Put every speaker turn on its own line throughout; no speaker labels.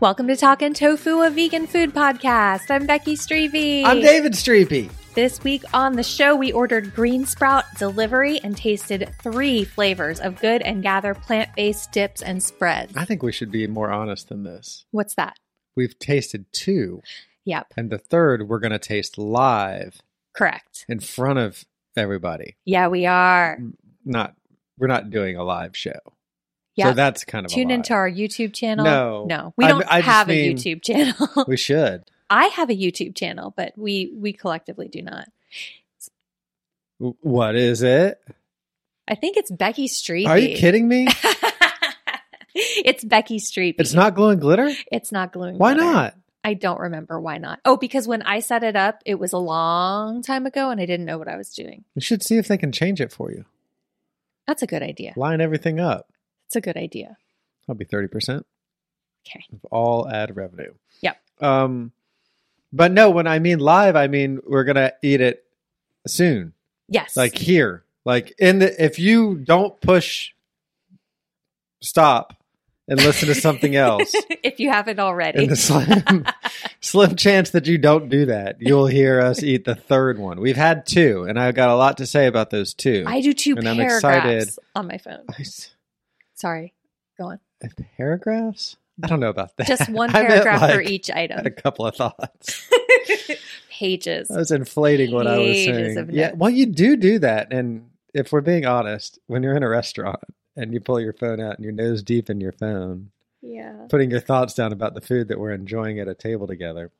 Welcome to Talkin' Tofu, a vegan food podcast. I'm Becky Strebe.
I'm David Streepy.
This week on the show, we ordered green sprout delivery and tasted three flavors of Good and Gather plant based dips and spreads.
I think we should be more honest than this.
What's that?
We've tasted two,
Yep,
and the third we're going to taste live
correct.
in front of everybody.
Yeah, we are.
Not we're not doing a live show.
Yeah,
So that's kind of a
tune
lie.
into our YouTube channel.
No.
no, we
I-
don't
I just
have a
mean-
YouTube channel.
We should.
I have a YouTube channel, but we we collectively do not.
W- What is it?
I think it's Becky Streepy.
Are you kidding me?
it's Becky Streepy.
It's not glow and glitter?
It's not gluing.
Why
glitter.
not?
I don't remember why not. Oh, because when I set it up, it was a long time ago and I didn't know what I was doing.
We should see if they can change it for you.
That's a good idea.
Line everything up.
That's a good idea.
That'll be 30%
Okay.
of all ad revenue.
Yep.
Um but no, when I mean live, I mean we're going to eat it soon.
Yes.
like here like in the if you don't push stop and listen to something else
if you haven't already.
in the slim slim chance that you don't do that you'll hear us eat the third one we've had two and i've got a lot to say about those two
I do two
And I'm
paragraphs
excited.
on my phone.
I s-
Sorry. Go on.
paragraphs i don't know about that
Just one
I meant,
paragraph for
like,
each
had a
item.
couple of thoughts
Pages.
i was inflating what i was
Pages
saying
of
yeah
notes.
well you do do that and if we're being honest when you're in a restaurant and you pull your phone out and you're nose deep in your phone
Yeah.
putting your thoughts down about the food that we're enjoying at a table together.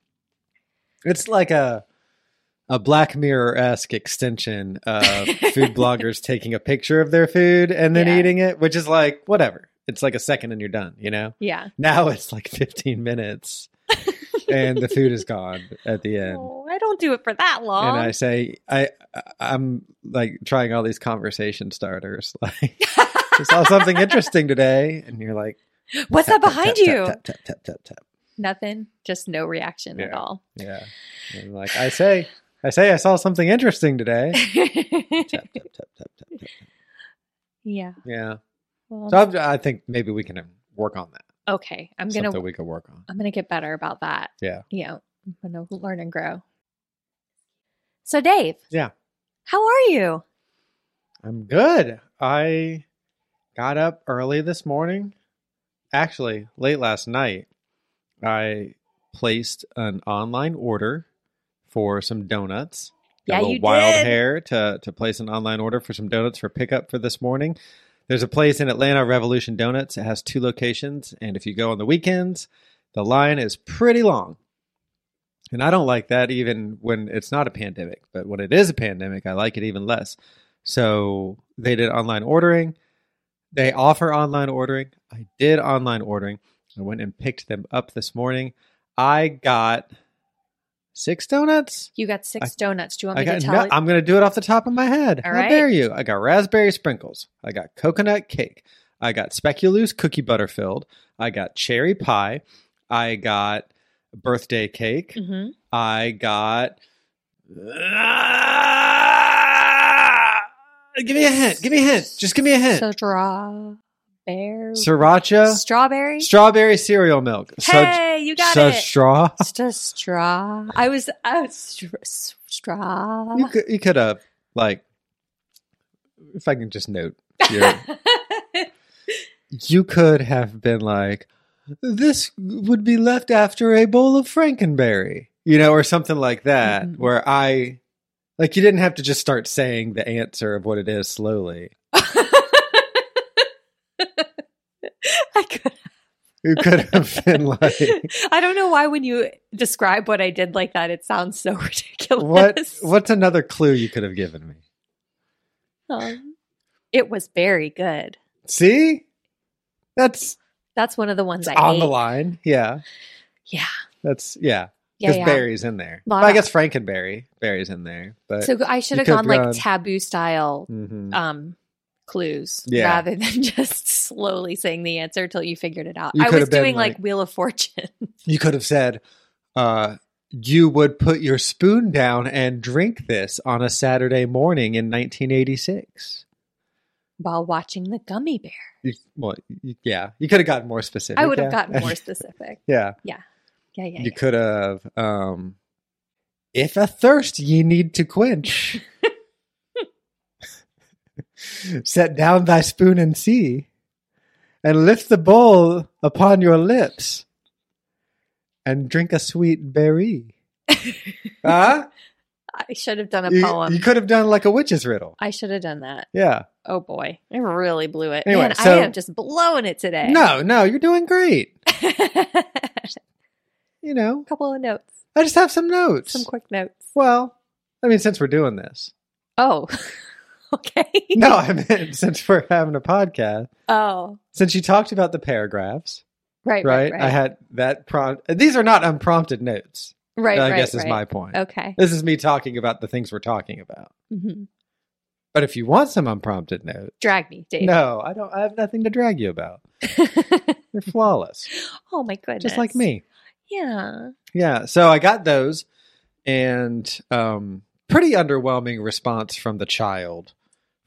It's like a a Black Mirror esque extension of food bloggers taking a picture of their food and then
Yeah.
eating it, which is like whatever. It's like a second and you're done, you know?
Yeah.
Now it's like 15 minutes and the food is gone at the end.
Oh, I don't do it for that long.
And I say I I- I'm like trying all these conversation starters. Like I saw something interesting today and you're like
What's that
tap, tap,
behind
tap,
you?
Tap, tap, tap, tap, tap.
Nothing. Just no reaction at
Yeah.
all.
Yeah. And like I say, I say I saw something interesting today. tap, tap, tap, tap, tap, tap.
yeah.
Yeah.
Well,
So I'm, I think maybe we can work on that.
okay. I'm going
Something
to
we could work on.
I'm going to get better about that.
Yeah.
Yeah. I'm going to learn and grow. So, Dave,
Yeah.
how are you?
I'm good. I got up early this morning. Actually, late last night, I placed an online order for some donuts. Got
Yeah,
a little
you
wild
did.
hair to to place an online order for some donuts for pickup for this morning. There's a place in Atlanta, Revolution Donuts. It has two locations, and if you go on the weekends, the line is pretty long. And I don't like that even when it's not a pandemic, but when it is a pandemic, I like it even less. So they did online ordering. They offer online ordering. I did online ordering. I went and picked them up this morning. I got six donuts.
You got six
I-
donuts. Do you want
I
me to
got,
tell
no,
it?
I'm going to do it off the top of my head.
All
How
right.
dare you? I got raspberry sprinkles. I got coconut cake. I got speculoos cookie butter filled. I got cherry pie. I got birthday cake.
hmm
I got. Ah! give me a hint. Give me a hint. Just give me a hint.
So, strawberry.
Sriracha,
strawberry?
strawberry cereal milk.
hey, you got
so
it. Uh-huh.
straw.
St- straw. I was, I was str- s- straw.
You could, you could have like, if I can just note, your, you could have been like, this would be left after a bowl of Frankenberry. you know, or something like that,
Mm-hmm.
where I like you didn't have to just start saying the answer of what it is slowly
I could.
it could have been like
I don't know why when you describe what I did like that, it sounds so ridiculous.
what what's another clue you could have given me
Um, it was very good.
see that's
That's one of the ones
it's
I
on the
ate.
line yeah
Yeah,
that's yeah
yeah,
because
yeah.
berries in there
Lot
But i
of-
guess frankenberry berries in there but
So I should
You
have
could
gone like
run.
taboo style
Mhm.
um clues
Yeah.
rather than just slowly saying the answer till you figured it out.
You
I
could
was
have been,
doing like,
like-
Wheel of Fortune.
you could have said uh you would put your spoon down and drink this on a Saturday morning in 1986.
while watching the gummy bear.
You, well, you- yeah, you could have gotten more specific.
I would have
yeah.
gotten more specific.
yeah,
Yeah, yeah.
you could have um if a thirst ye need to quench set down thy spoon and see and lift the bowl upon your lips and drink a sweet berry huh?
yeah. I should have done a
you,
poem.
you could have done like a witch's riddle
I should have done that.
yeah
Oh boy, I really blew it.
Anyway,
Man,
so-
I am just blowing it today.
no no you're doing great
a
you know
couple of notes,
i just have some notes
some quick notes.
well i mean since we're doing this
Oh, okay.
no i meant since we're having a podcast
Oh,
since you talked about the paragraphs,
right, right,
right?
right.
I had that prompt. These are not unprompted notes.
right,
I
right,
guess
right.
is my point.
Okay.
This is me talking about the things we're talking about.
hmm
But if you want some unprompted notes,
Drag me, Dave.
no, I don't. I have nothing to drag you about. You're flawless,
oh my goodness.
just like me.
Yeah.
Yeah. So I got those, and um, pretty underwhelming response from the child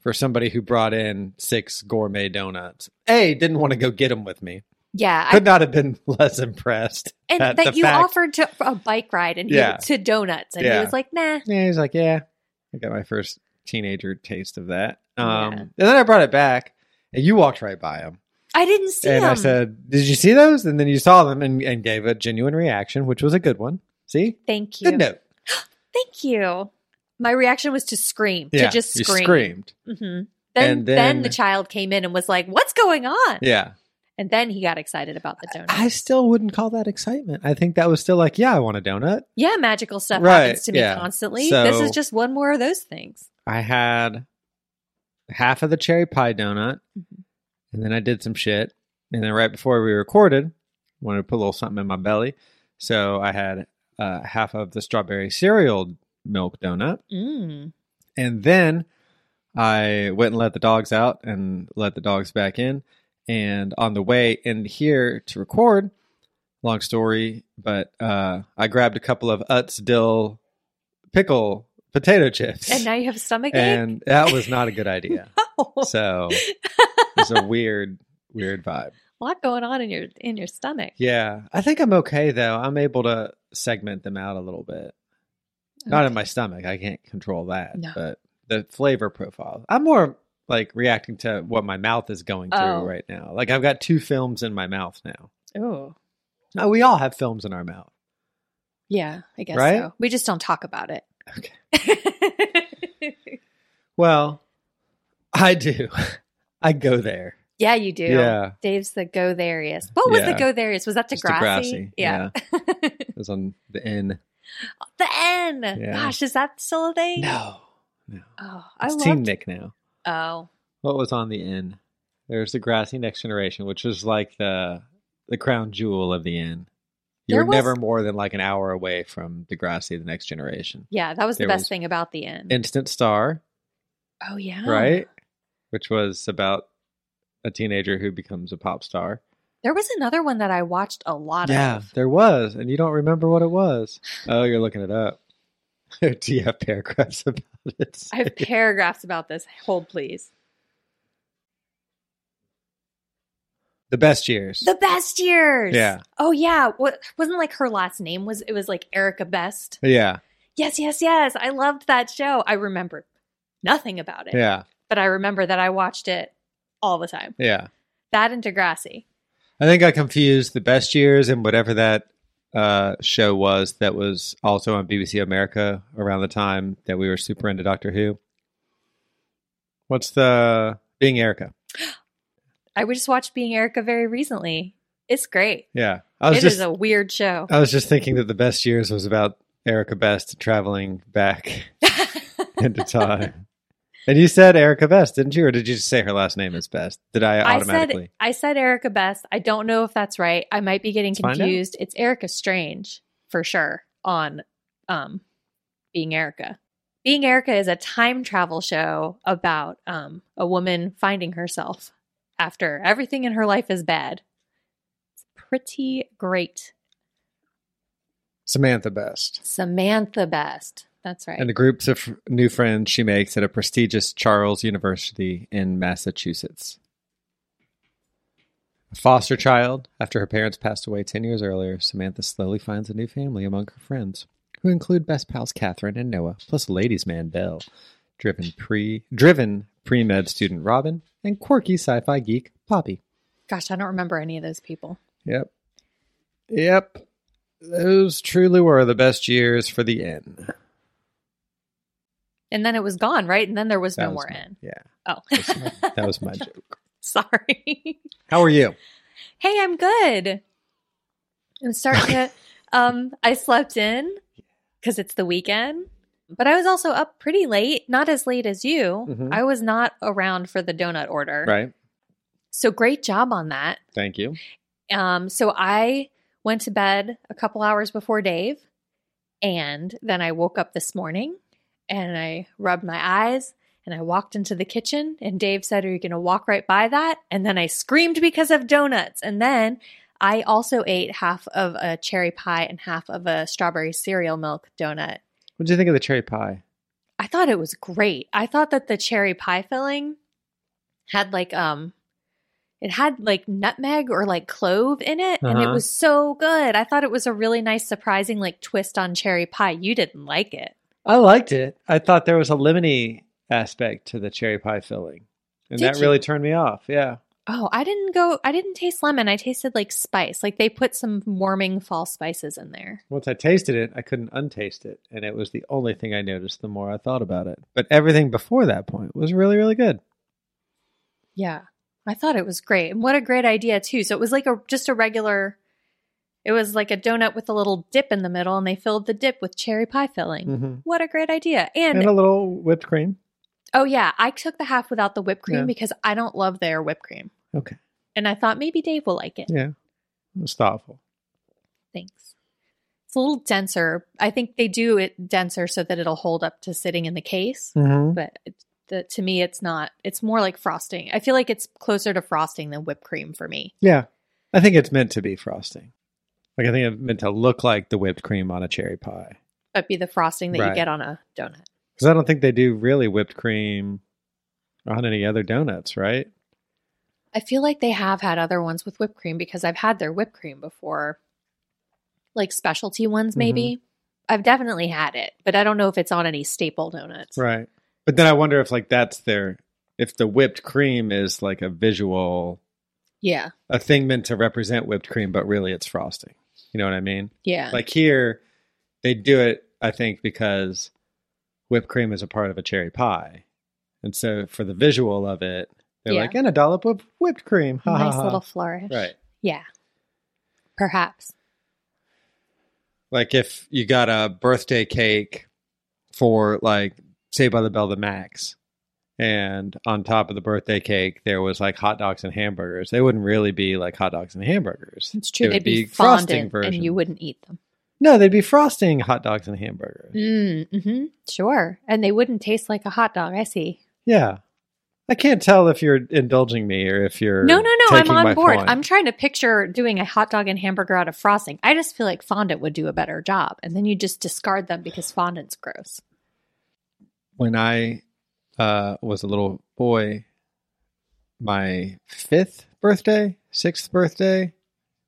for somebody who brought in six gourmet donuts. A didn't want to go get them with me.
Yeah. I,
Could not have been less impressed. at
and that
the
you
fact
offered to a bike ride and he-
Yeah.
to donuts, and
Yeah.
he was like, "Nah."
Yeah, he's like, yeah, I got my first teenager taste of that. Um,
Yeah.
And then I brought it back, and you walked right by him,
I didn't see
and
him.
I said, "Did you see those?" And then you saw them and, and gave a genuine reaction, which was a good one. See,
Thank you.
good note.
Thank you. My reaction was to scream,
Yeah,
to just
you
scream.
screamed.
hmm Then,
And
then,
then-
the child came in and was like, "What's going on?"
Yeah,
And then he got excited about the donut.
I still wouldn't call that excitement. I think that was still like, yeah, I want a donut.
yeah, magical stuff
Right,
happens to me
yeah.
constantly.
So-
this is just one more of those things.
I had half of the cherry pie donut, and then I did some shit. And then right before we recorded, wanted to put a little something in my belly, so I had uh, half of the strawberry cereal milk donut,
Mm.
and then I went and let the dogs out and let the dogs back in. And on the way in here to record, long story, but uh, I grabbed a couple of Utz dill pickle potato chips
And now you have a stomach ache.
and that was not a good idea.
Oh,
So it's a weird, weird vibe.
a lot going on in your in your stomach.
Yeah, I think I'm okay though. I'm able to segment them out a little bit. Not in my stomach. I can't control that,
No.
but the flavor profile. I'm more like reacting to what my mouth is going through
Oh.
right now. Like I've got two films in my mouth now.
Oh,
Now we all have films in our mouth.
yeah, I guess
Right?
so. We just don't talk about it.
Okay.
Okay.
Well, I do. I go there.
yeah, you do.
Yeah.
Dave's the go theriest. What was
Yeah.
the go theriest? Was that
It's
Degrassi?
Degrassi, It was on the N.
The N.
Yeah.
Gosh, is that still a thing?
No, no.
Oh, I
It's
love.
Team Nick now.
Oh,
what was on the inn? There's the grassy next generation, which was like the the crown jewel of the inn. You
There
were
was-
never more than like an hour away from the grassy the next generation.
yeah, that was the
There
best
was-
thing about the end.
Instant Star,
oh yeah,
right? Which was about a teenager who becomes a pop star.
There was another one that I watched a lot of.
there was, and you don't remember what it was. Oh, you're looking it up. Do you have paragraphs about it?
I have paragraphs about this. Hold please.
the best years.
The best years.
Yeah.
Oh yeah. What wasn't like her last name was? It was like Erica Best.
yeah,
Yes, yes, yes. I loved that show. I remember nothing about it,
yeah,
but I remember that I watched it all the time.
yeah.
That and Degrassi.
I think I confused the best years and whatever that uh, show was that was also on BBC America around the time that we were super into Doctor Who. What's the Being Erica?
I would just watched Being Erica very recently. It's great.
Yeah, I
It
was
is
just
a weird show.
I was just thinking that the best years was about Erica Best traveling back into time. And you said Erica Best, didn't you? Or did you just say her last name is Best? Did I
I said
automatically?
I said Erica Best. I don't know if that's right. I might be getting
Let's find out.
confused. It's Erica Strange for sure on um Being Erica. Being Erica is a time travel show about um a woman finding herself after everything in her life is bad. It's pretty great.
Samantha Best.
Samantha Best. That's right.
And the groups of new friends she makes at a prestigious Charles University in Massachusetts. A foster child, after her parents passed away 10 years earlier, Samantha slowly finds a new family among her friends, who include best pals Catherine and Noah, plus ladies man Belle, driven pre driven pre-med student Robin, and quirky sci-fi geek Poppy.
Gosh, I don't remember any of those people.
Yep. Yep. Those truly were the best years for the N.
And then it was gone, right? And then there was
That
no
was
more
my-
in.
Yeah.
Oh.
That was my joke.
Sorry.
How are you?
Hey, I'm good. I'm starting to. Um, I slept in because it's the weekend, but I was also up pretty late. Not as late as you.
Mhm.
I was not around for the donut order.
Right.
So great job on that.
Thank you.
Um, so I went to bed a couple hours before Dave, and then I woke up this morning and I rubbed my eyes and I walked into the kitchen and Dave said, Are you gonna walk right by that? And then I screamed because of donuts. And then I also ate half of a cherry pie and half of a strawberry cereal milk donut.
What did you think of the cherry pie?
I thought it was great. I thought that the cherry pie filling had like um it had like nutmeg or like clove in it and it
Uh-huh.
was so good. I thought it was a really nice surprising like twist on cherry pie. You didn't like it.
I liked it. I thought there was a lemony aspect to the cherry pie filling, and
Did
that
you?
really turned me off. Yeah.
Oh, I didn't go I didn't taste lemon. I tasted like spice. Like they put some warming fall spices in there.
Once I tasted it, I couldn't untaste it, and it was the only thing I noticed the more I thought about it. But everything before that point was really, really good.
Yeah. I thought it was great. And what a great idea too. So it was like a just a regular it was like a donut with a little dip in the middle and they filled the dip with cherry pie filling.
Mhm.
What a great idea. And,
And, a little whipped cream.
oh yeah, I took the half without the whipped cream
Yeah.
because I don't love their whipped cream.
Okay.
And I thought maybe Dave will like it.
Yeah. It was thoughtful.
Thanks. It's a little denser. I think they do it denser so that it'll hold up to sitting in the case.
Mm-hmm.
But it, the, to me, it's not. It's more like frosting. I feel like it's closer to frosting than whipped cream for me.
Yeah. I think it's meant to be frosting. Like, I think it's meant to look like the whipped cream on a cherry pie.
But be the frosting that you
Right.
get on a donut.
Because I don't think they do really whipped cream on any other donuts, right?
I feel like they have had other ones with whipped cream because I've had their whipped cream before, like specialty
Mm-hmm.
ones, maybe. I've definitely had it, but I don't know if it's on any staple donuts.
Right. But then I wonder if like that's their if the whipped cream is like a visual
Yeah.
a thing meant to represent whipped cream, but really it's frosting. You know what I mean?
Yeah.
Like here, they do it, I think, because whipped cream is a part of a cherry pie. And so for the visual of it, they're
Yeah.
like, and a dollop of whipped cream.
A
Ha, ha,
nice
ha."
little flourish.
Right.
Yeah. Perhaps.
Like if you got a birthday cake for like say by the Bell the Max, and on top of the birthday cake there was like hot dogs and hamburgers, they wouldn't really be like hot dogs and hamburgers.
It's true.
It
They'd
would
be,
be frosting
fondant and
version.
you wouldn't eat them.
No, they'd be frosting hot dogs and hamburgers.
Mm, hmm Sure. And they wouldn't taste like a hot dog. I see.
Yeah. I can't tell if you're indulging me or if you're
No, no, no. I'm
taking
on
my
board.
point.
I'm trying to picture doing a hot dog and hamburger out of frosting. I just feel like fondant would do a better job. And then you just discard them because fondant's gross.
when I uh, was a little boy, my fifth birthday, sixth birthday,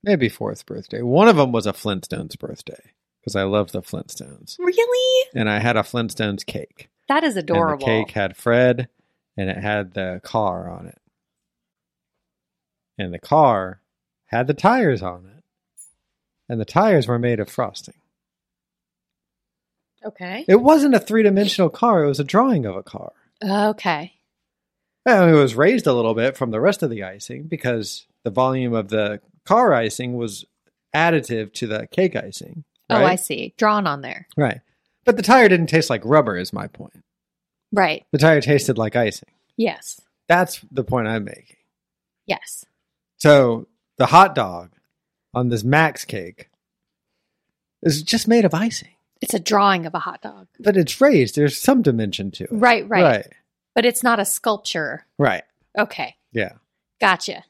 maybe fourth birthday, one of them was a Flintstones birthday because I love the Flintstones.
Really?
And I had a Flintstones cake.
That is
And the
adorable.
cake had Fred and it had the car on it. And the car had the tires on it. and the tires were made of frosting.
Okay.
It wasn't a three dimensional car, it was a drawing of a car.
Okay.
And it was raised a little bit from the rest of the icing because the volume of the car icing was additive to the cake icing.
Oh,
right?
I see. Drawn on there.
Right. But the tire didn't taste like rubber, is my point.
Right.
The tire tasted like icing.
Yes.
That's the point I'm making.
Yes.
So the hot dog on this Max cake is just made of icing,
It's a drawing of a hot dog.
but it's raised. There's some dimension to it.
Right, right.
Right.
But it's not a sculpture.
Right.
Okay.
Yeah.
Gotcha.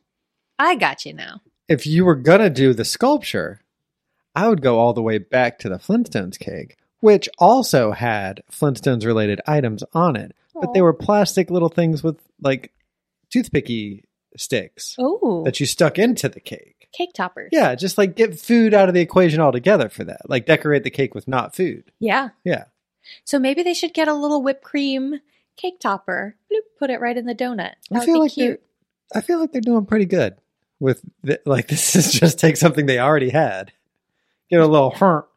I got you now.
If you were going to do the sculpture, I would go all the way back to the Flintstones cake, which also had Flintstones related items on it, but they
Aw.
were plastic little things with like toothpicky sticks
Oh.
that you stuck into the cake.
Cake toppers.
Yeah, just like get food out of the equation altogether for that. Like decorate the cake with not food.
Yeah.
Yeah.
So maybe they should get a little whipped cream cake topper. Bloop, put it right in the donut. That
I
would
feel
be
like
cute.
they're I feel like they're doing pretty good with the, like this is just take something they already had, get a little hurt,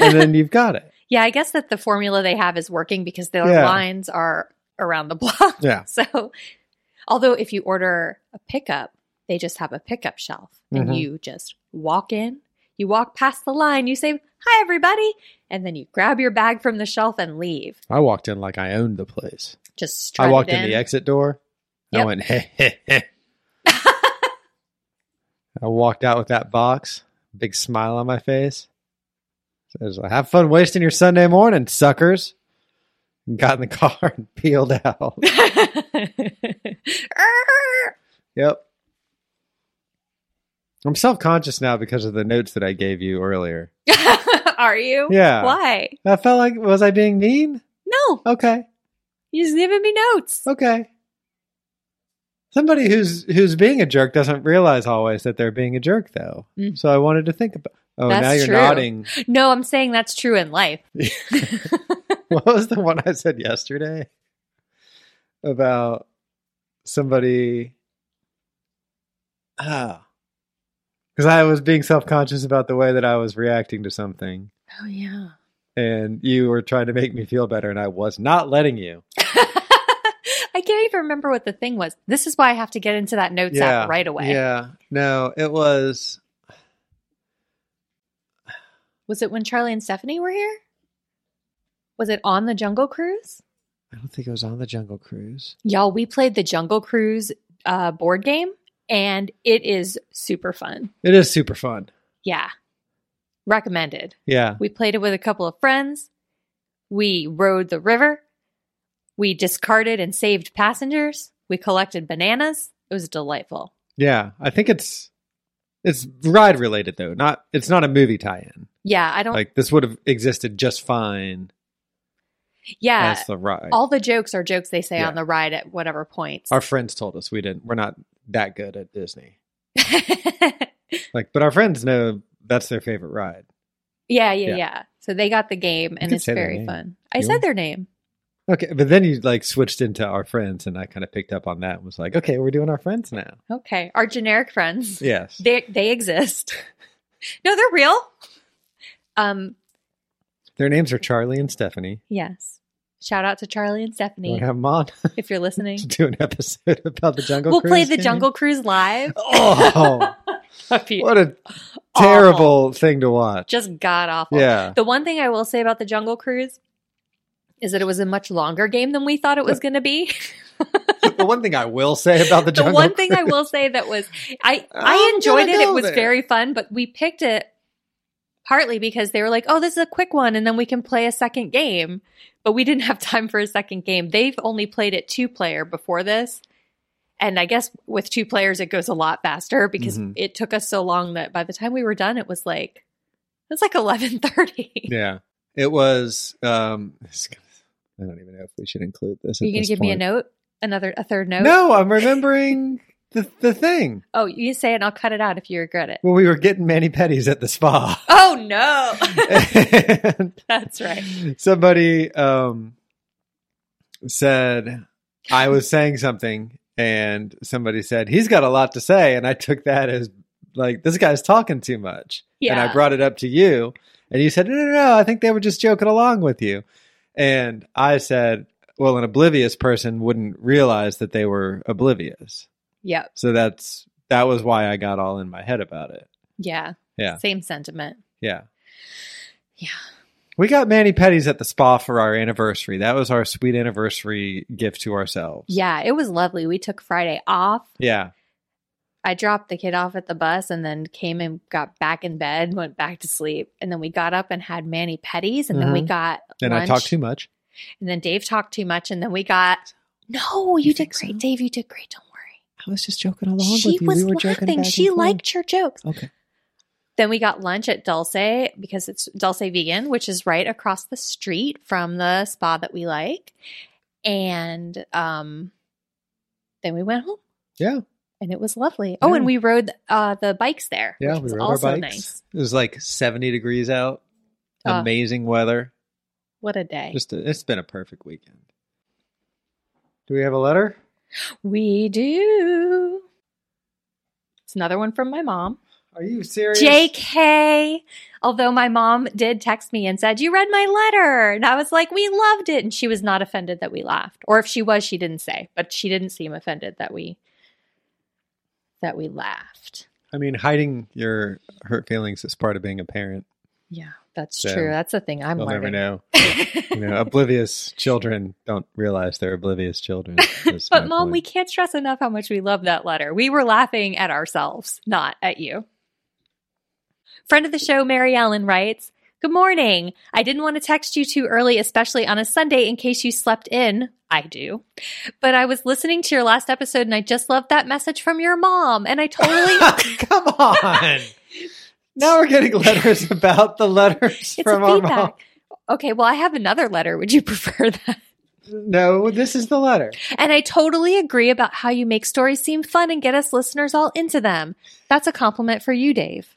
and then you've got it.
Yeah, I guess that the formula they have is working because their
Yeah.
lines are around the block.
Yeah.
So, although if you order a pickup, they just have a pickup shelf and
Mhm.
you just walk in, you walk past the line, you say, Hi, everybody. And then you grab your bag from the shelf and leave.
I walked in like I owned the place.
Just
I
strut
walked
it
in. the exit door. and I
Yep.
went hey hey hey. I walked out with that box, big smile on my face. Says, "Have fun wasting your Sunday morning, suckers." Got in the car and peeled out.
Err.
Yep. I'm self conscious now because of the notes that I gave you earlier.
Are you?
Yeah.
Why?
I felt like was I being mean?
No,
Okay.
you're just giving me notes.
Okay. Somebody who's who's being a jerk doesn't realize always that they're being a jerk though.
Mm.
So I wanted to think about Oh,
That's
now you're
true.
nodding.
No, I'm saying that's true in life.
what was the one I said yesterday about somebody? Ah, because I was being self conscious about the way that I was reacting to something,
Oh, yeah.
and you were trying to make me feel better, and I was not letting you.
I can't even remember what the thing was. This is why I have to get into that notes app right away.
Yeah, no, it was.
Was it when Charlie and Stephanie were here? Was it on the Jungle Cruise?
I don't think it was on the Jungle Cruise.
Y'all, we played the Jungle Cruise uh, board game, and it is super fun.
It is super fun.
Yeah. Recommended.
Yeah,
We played it with a couple of friends. We rode the river. We discarded and saved passengers. We collected bananas. It was delightful.
yeah. I think it's it's ride related though. Not it's not a movie tie-in.
Yeah, I don't.
Like this would have existed just fine
yeah,
as the ride.
all the jokes are jokes they say
Yeah.
on the ride at whatever points.
our friends told us we didn't. We're not that good at Disney.
yeah,
Like, but our friends know that's their favorite ride.
yeah,
Yeah.
yeah, So they got the game, and
could
it's
say their
very
name.
fun. I
You
said
want-
their name.
Okay, but then you like switched into our friends, and I kind of picked up on that and was like, okay, we're doing our friends now.
Okay, our generic friends.
Yes.
They they exist. no, they're real. Um.
their names are Charlie and Stephanie.
Yes. Shout out to Charlie and
Do you
Stephanie
want to have them on
if you're listening.
to do an episode about the Jungle
We'll
Cruise?
play the
game?
Jungle Cruise live.
Oh,
That'd be
what a terrible thing to watch.
just god awful.
Yeah.
The one thing I will say about the Jungle Cruise is that it was a much longer game than we thought it was going to be.
the one thing I will say about the
the
Jungle
one thing I
Cruise-
will say that was I I
I'm
enjoyed
gonna
it.
go
It was
there.
very fun, but we picked it partly because they were like, "Oh, this is a quick one and then we can play a second game." But we didn't have time for a second game. They've only played it two player before this. And I guess with two players it goes a lot faster because
Mhm.
it took us so long that by the time we were done it was like it was like 11:30.
Yeah. It was. um I don't even know if we should include this.
Are
at
you going
this
to give me a
point.
note? Another a third note?
No, I'm remembering the, the thing.
Oh, you say it and I'll cut it out if you regret it.
Well, we were getting mani pedis at the spa.
Oh no.
and
That's right.
somebody um, said, I was saying something, and somebody said, he's got a lot to say. And I took that as like this guy's talking too much. And I
Yeah.
brought it up to you and you said, no, no, no, I think they were just joking along with you. And I said, well, an oblivious person wouldn't realize that they were oblivious.
Yep.
So that's, that was why I got all in my head about it.
Yeah.
Yeah.
Same sentiment.
Yeah.
Yeah.
We got Manny Petties at the spa for our anniversary. That was our sweet anniversary gift to ourselves.
Yeah. It was lovely. We took Friday off.
Yeah.
I dropped the kid off at the bus and then came and got back in bed, went back to sleep. And then we got up and had Manny Petties. And then we
Mhm.
got.
And I
lunch.
talked too much.
And then Dave talked too much. And then we got. No, you,
You
did
think
great.
so?
Dave, you did great. Don't worry.
I was just joking along
she was laughing. She liked your jokes.
Okay.
Then we got lunch at Dulce because it's Dulce Vegan, which is right across the street from the spa that we like. And um, then we went home.
Yeah.
and it was lovely. Oh, and
Yeah.
we rode uh, the bikes there.
Yeah.
which was
We rode our
also
bikes.
nice.
It was like 70 degrees out.
Oh.
Amazing weather.
What a day!
Just a, it's been a perfect weekend. Do we have a letter?
we do. It's another one from my mom,
Are you serious?
J.K. Although my mom did text me and said you read my letter, and I was like, we loved it, and she was not offended that we laughed, or if she was, she didn't say, but she didn't seem offended that we that we laughed.
I mean, hiding your hurt feelings is part of being a parent.
Yeah, that's
So,
true. That's the thing I'm
You'll
learning.
never know. you know, oblivious children don't realize they're oblivious children. is
But
my
mom, we
point.
can't stress enough how much we love that letter. We were laughing at ourselves, not at you. Friend of the show, Mary Ellen writes, Good morning. I didn't want to text you too early, especially on a Sunday, in case you slept in. I do. But I was listening to your last episode and I just loved that message from your mom. And I totally,
Come on. Now we're getting letters about the letters
it's
from
a
our
feedback. Okay, well, I have another letter. Would you prefer that?
mom. No, this is the letter.
And I totally agree about how you make stories seem fun and get us listeners all into them. That's a compliment for you, Dave.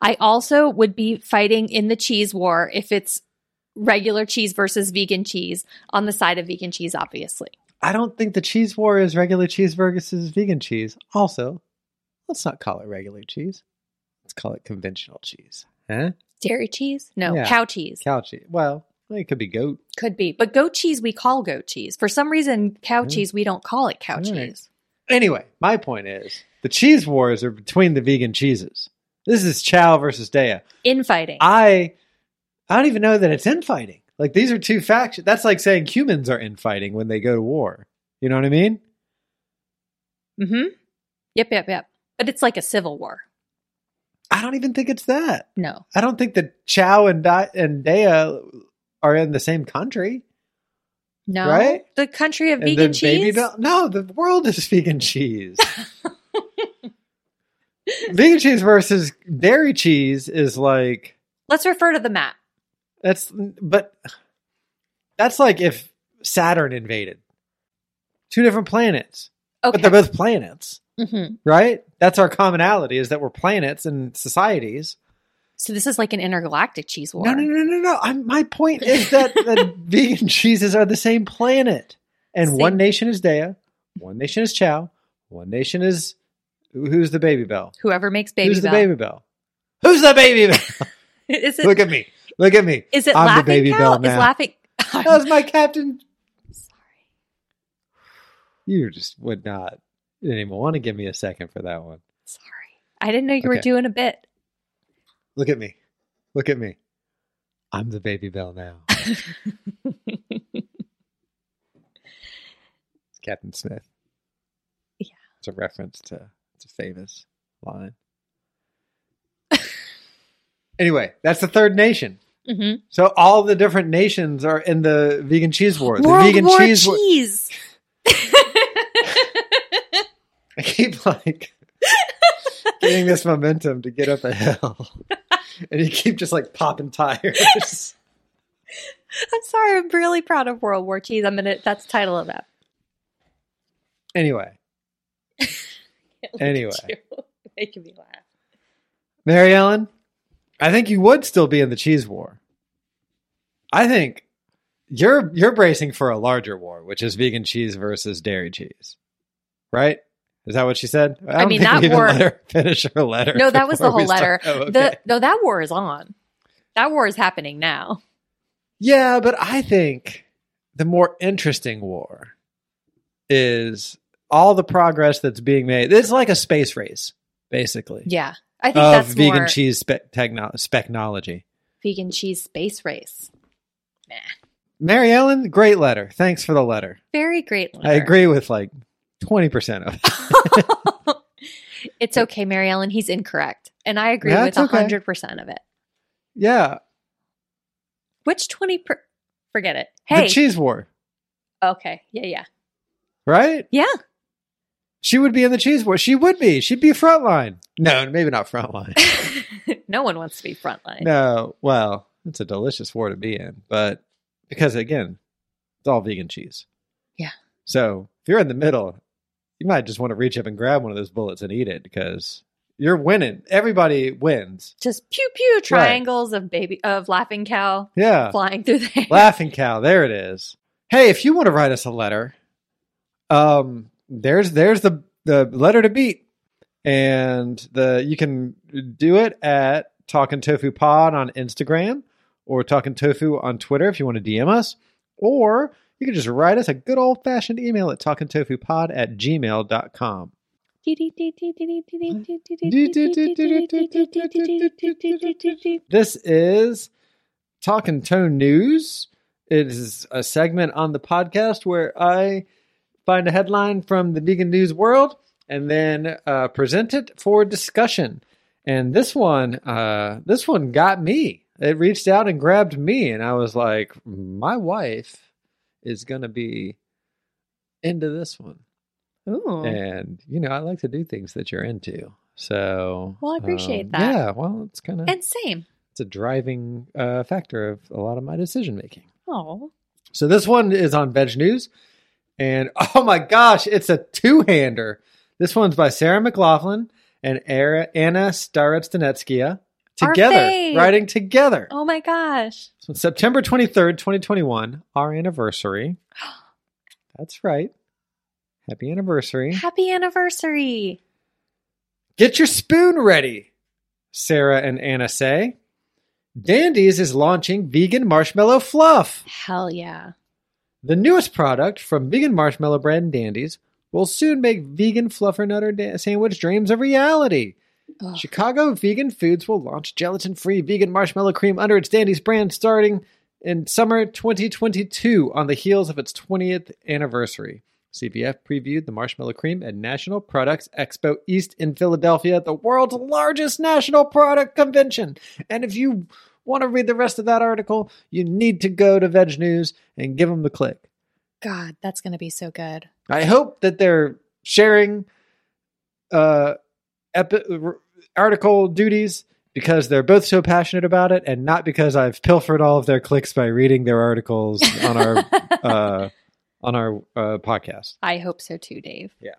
I also would be fighting in the cheese war if it's regular cheese versus vegan cheese on the side of vegan cheese, obviously.
I don't think the cheese war is regular cheese versus vegan cheese. Also, let's not call it regular cheese. Let's call it conventional cheese. Huh?
Dairy cheese? No,
Yeah.
cow cheese.
Cow cheese. Well, it could be goat.
Could be. But goat cheese, we call goat cheese. For some reason, cow
Mm.
cheese, we don't call it cow
All right.
cheese.
Anyway, my point is the cheese wars are between the vegan cheeses. This is Chow versus Dea.
Infighting.
I I don't even know that it's infighting. Like these are two factions. That's like saying humans are infighting when they go to war. You know what I mean?
mm-hmm. Yep, yep, yep. But it's like a civil war.
I don't even think it's that.
No.
I don't think that Chow and Di- and Dea are in the same country.
No.
Right?
The country of vegan
and then
cheese.
baby doll- No, the world is vegan cheese. vegan cheese versus dairy cheese is like
Let's refer to the map.
That's but that's like if Saturn invaded. Two different planets.
Okay.
But they're both planets,
Mhm.
right? That's our commonality is that we're planets and societies.
So this is like an intergalactic cheese war.
No, no, no, no, no. I'm, my point is that the vegan cheeses are the same planet. And
Same-
one nation is Dea, one nation is Chow, one nation is who's the baby bell?
Whoever makes baby
who's
bell.
the baby bell? Who's the baby bell?
is it?
Look at me. Look at me.
is it
I'm
laughing
the baby
cow?
bell
Is
now. Oh.
laughing?
That was my captain. You just would not. You didn't even want to give me a second for that one.
Sorry, I didn't know you were
Okay.
doing a bit.
Look at me. Look at me. I'm the baby bell now. It's Captain Smith.
Yeah.
It's a reference to it's a famous line. anyway, that's the third nation.
hmm
So all the different nations are in the vegan cheese war. The
World
vegan
war
cheese war.
cheese.
I keep like getting this momentum to get up a hill. And you keep just like popping tires.
I'm sorry. I'm really proud of World War Cheese. I'm gonna. That's the title of that.
Anyway, Anyway.
making me laugh.
Mary Ellen, I think you would still be in the cheese war. I think you're you're bracing for a larger war, which is vegan cheese versus dairy cheese. Right? Is that what she said? I,
I
don't
mean,
think
that
we even
war-
let her finish her letter.
No, that was the
before
whole
we
letter.
start- Oh, okay.
The no, that war is on. That war is happening now.
Yeah, but I think the more interesting war is all the progress that's being made. It's like a space race, basically,
Yeah, I think
of
that's
vegan
more
cheese spe- techno- technology.
vegan cheese space race.
Mary Ellen, great letter. Thanks for the letter.
Very great.
I
letter.
agree with like 20% of it.
it's okay, Mary Ellen. He's incorrect, and I agree
That's
with with
okay.
hundred percent of it.
yeah.
Which twenty? Per- forget it. Hey,
The cheese war,
okay, yeah, yeah,
right?
yeah.
She would be in the cheese war. She would be. She'd be frontline. No, maybe not frontline.
no one wants to be frontline.
no, well, it's a delicious war to be in, but because again, it's all vegan cheese.
Yeah.
So if you're in the middle, you might just want to reach up and grab one of those bullets and eat it because you're winning. Everybody wins.
Just pew pew triangles of baby of laughing cow
Yeah.
flying through the air.
Laughing cow. There it is. Hey, if you want to write us a letter, um, there's there's the the letter to beat, and the you can do it at Talking Tofu Pod on Instagram or Talking Tofu on Twitter if you want to DM us, or you can just write us a good old fashioned email at talkingtofupod at gmail.com. This is Talking Tone News. It is a segment on the podcast where I find a headline from the vegan news world and then uh, present it for discussion. And this one, uh, this one got me. It reached out and grabbed me, and I was like, "My wife is gonna be into this one."
Ooh.
And you know, I like to do things that you're into. So,
Well, I appreciate
um,
that.
Yeah, well, it's kind of
And same.
it's a driving uh, factor of a lot of my decision making.
Oh.
So this one is on Veg News, and oh my gosh, it's a two-hander. This one's by Sarah McLaughlin and Era- Anna Staretstinetskia
Our
together,
fave.
writing together.
Oh my gosh.
So it's September 23rd, 2021, our anniversary. That's right. Happy anniversary.
Happy anniversary.
Get your spoon ready, Sarah and Anna say. Dandy's is launching vegan marshmallow fluff.
Hell yeah.
The newest product from vegan marshmallow brand Dandies will soon make vegan fluffernutter da- sandwich dreams a reality.
Ugh.
Chicago Vegan Foods will launch gelatin-free vegan marshmallow cream under its Dandies brand starting in summer 2022 on the heels of its 20th anniversary. CVF previewed the marshmallow cream at National Products Expo East in Philadelphia, the world's largest national product convention. And if you want to read the rest of that article, you need to go to Veg News and give them the click.
God, that's going to be so good.
I hope that they're sharing uh, epi- r- article duties because they're both so passionate about it, and not because I've pilfered all of their clicks by reading their articles on our uh, on our uh, podcast.
I hope so too, Dave.
Yeah.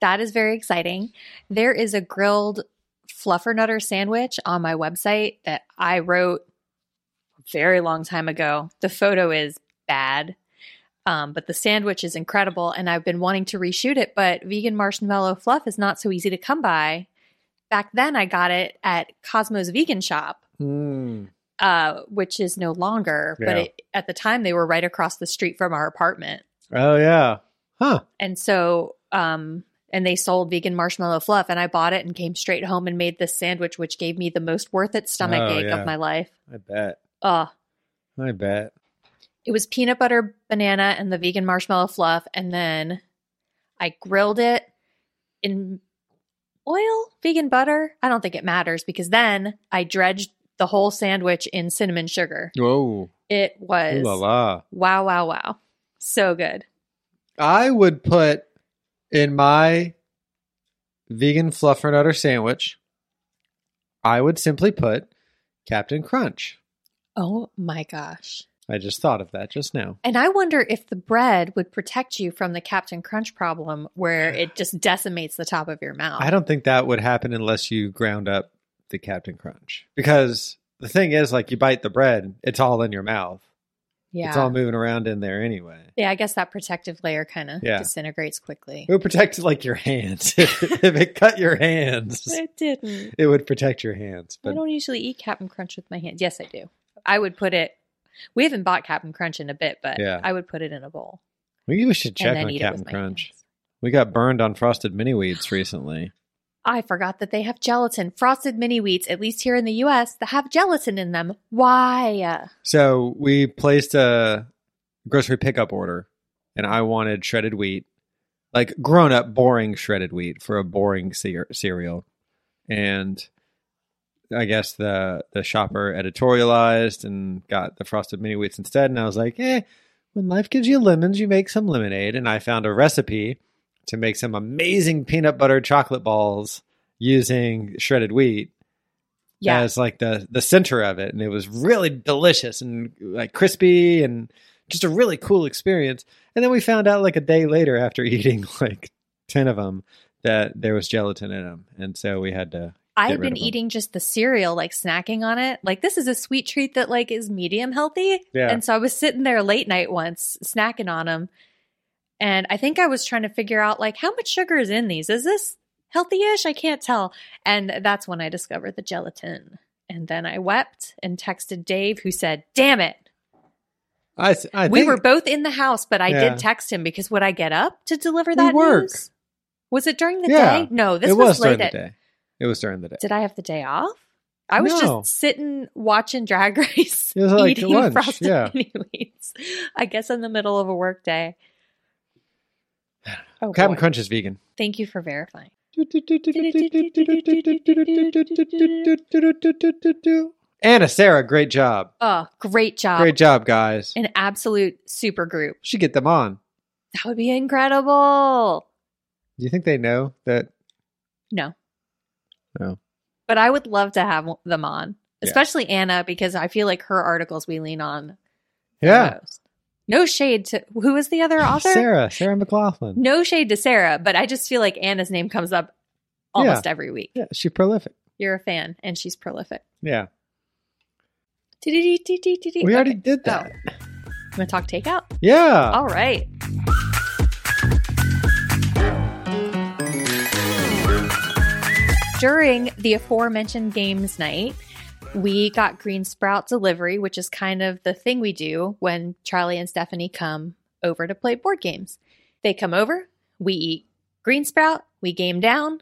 That is very exciting. There is a grilled fluffernutter sandwich on my website that I wrote a very long time ago. The photo is bad. Um, but the sandwich is incredible, and I've been wanting to reshoot it. But vegan marshmallow fluff is not so easy to come by. Back then, I got it at Cosmo's Vegan Shop,
Mm.
uh, which is no longer. But
Yeah.
it, at the time, they were right across the street from our apartment.
Oh yeah, huh?
And so, um, and they sold vegan marshmallow fluff, and I bought it and came straight home and made this sandwich, which gave me the most worth it stomach
Oh,
ache
yeah.
of my life.
I bet.
Ugh.
I bet.
It was peanut butter, banana, and the vegan marshmallow fluff. And then I grilled it in oil, vegan butter. I don't think it matters because then I dredged the whole sandwich in cinnamon sugar.
Whoa!
It
Ooh
was
la la.
wow, wow, wow. So good.
I would put in my vegan fluffernutter sandwich. I would simply put Captain Crunch.
Oh my gosh.
I just thought of that just now.
And I wonder if the bread would protect you from the Captain Crunch problem where it just decimates the top of your mouth.
I don't think that would happen unless you ground up the Captain Crunch. Because the thing is, like, you bite the bread, it's all in your mouth.
Yeah.
It's all moving around in there anyway.
yeah, I guess that protective layer kind of
Yeah.
disintegrates quickly.
It would protect like your hands. if it cut your hands,
It didn't.
it would protect your hands.
I
But
don't usually eat Captain Crunch with my hands. Yes, I do. I would put it. We haven't bought Captain Crunch in a bit, but
Yeah.
I would put it in a bowl
maybe we should check
and then
on
eat it
Captain
with my
Crunch.
hands.
We got burned on frosted mini weeds recently.
I forgot that they have gelatin. Frosted mini wheats, at least here in the US, that have gelatin in them. Why?
So we placed a grocery pickup order, and I wanted shredded wheat, like grown up, boring shredded wheat for a boring cer- cereal. And I guess the the shopper editorialized and got the frosted mini wheats instead. And I was like, eh, when life gives you lemons, you make some lemonade. And I found a recipe to make some amazing peanut butter chocolate balls using shredded wheat
Yeah.
as like the the center of it and it was really delicious and like crispy and just a really cool experience and then we found out like a day later after eating like 10 of them that there was gelatin in them and so we had to
I
get
had
rid
been
of 'em.
eating just the cereal, like snacking on it. Like this is a sweet treat that like is medium healthy.
Yeah.
And so I was sitting there late night once snacking on them. And I think I was trying to figure out like how much sugar is in these. Is this healthy-ish? I can't tell. And that's when I discovered the gelatin. And then I wept and texted Dave who said, "Damn it.
I, s- I
we
think-
were both in the house, but I
Yeah.
did text him because would I get up to deliver
We
that
work.
news? Was it during the
Yeah.
day? No, this
it
was,
was, during
late
the
at
day it was during the day
did I have the day off? I was
No.
just sitting watching Drag Race,
It was like
eating
lunch,
frosted
yeah.
mini wheats. I guess in the middle of a work day. Oh,
captain
boy.
crunch is vegan
Thank you for verifying.
anna sarah great job
Oh, great job!
great job guys
An absolute super group.
should get them on
That would be incredible.
do you think they know that
No,
no
but I would love to have them on,
Yeah.
especially Anna, because I feel like her articles we lean on. the
yeah
most. No shade to who is the other author?
Sarah, Sarah McLaughlin.
No shade to Sarah, but I just feel like Anna's name comes up almost every week.
Yeah, she's prolific.
You're a fan, and she's prolific.
Yeah.
We
We already did that. Oh.
I'm gonna Oh, talk takeout.
Yeah.
All right. During the aforementioned games night, we got green sprout delivery, which is kind of the thing we do when Charlie and Stephanie come over to play board games. They come over, we eat green sprout, we game down.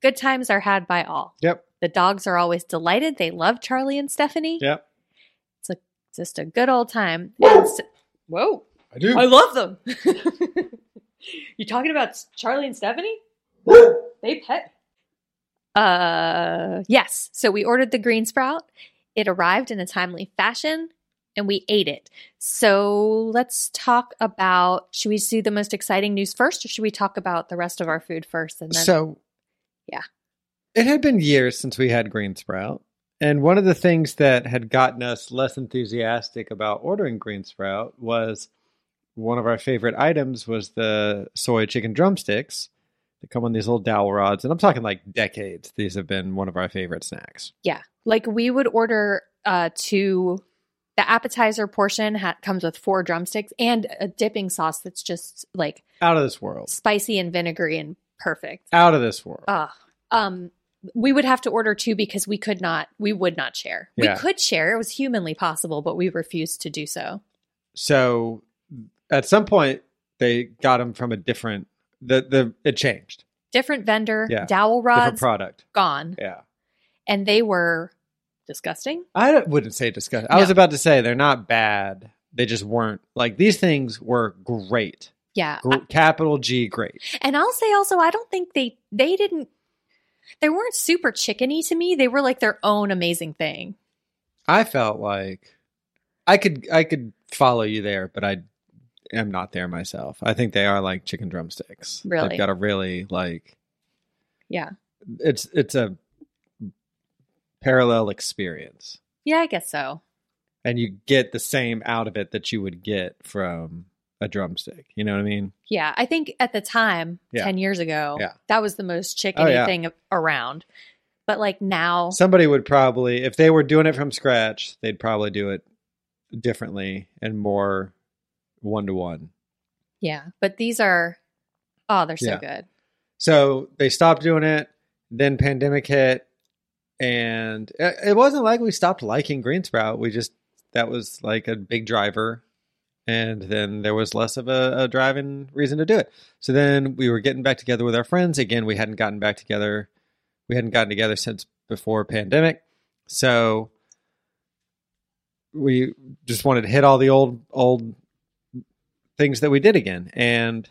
Good times are had by all.
Yep.
The dogs are always delighted. They love Charlie and Stephanie.
Yep.
Just a good old time. And so- Whoa.
I do.
I love them. you talking about Charlie and Stephanie? they pet. Uh, yes. So we ordered the green sprout. It arrived in a timely fashion, and we ate it. So let's talk about. Should we do the most exciting news first, or should we talk about the rest of our food first? And then
so,
Yeah.
It had been years since we had green sprout. And one of the things that had gotten us less enthusiastic about ordering green sprout was one of our favorite items was the soy chicken drumsticks that come on these little dowel rods. And I'm talking like decades. These have been one of our favorite snacks.
yeah, like we would order uh two. The appetizer portion ha- comes with four drumsticks and a dipping sauce that's just like
Out of this world.
spicy and vinegary and perfect.
Out of this world.
Ah, um, we would have to order two because we could not, we would not share.
Yeah.
We could share; it was humanly possible, but we refused to do so.
so at some point they got them from a different the the it changed
Different vendor,
Yeah.
dowel
different
rods
product
gone,
yeah
and they were disgusting.
i don't- wouldn't say disgusting i was
No.
about to say they're not bad they just weren't like these things were great
Yeah,
Gr- capital g great
and I'll say also, I don't think they they didn't. They weren't super chickeny to me. They were like their own amazing thing.
i felt like i could i could follow you there but i am not there myself i think they are like chicken drumsticks
Really?
they've got a really like
Yeah,
it's it's a parallel experience
yeah, I guess so.
and you get the same out of it that you would get from a drumstick. You know what I mean?
Yeah, I think at the time,
Yeah.
10 years ago,
Yeah. Oh,
that was the most chickeny
yeah.
thing a- around. But like now,
Somebody would probably, if they were doing it from scratch, they'd probably do it differently and more one to one.
Yeah. But these are, oh, they're so
Yeah.
good.
So they stopped doing it. Then pandemic hit, and it it wasn't like we stopped liking green sprout. We just that was like a big driver, and then there was less of a, a driving reason to do it. So then we were getting back together with our friends again. We hadn't gotten back together. We hadn't gotten together since before pandemic. So we just wanted to hit all the old old things that we did again, and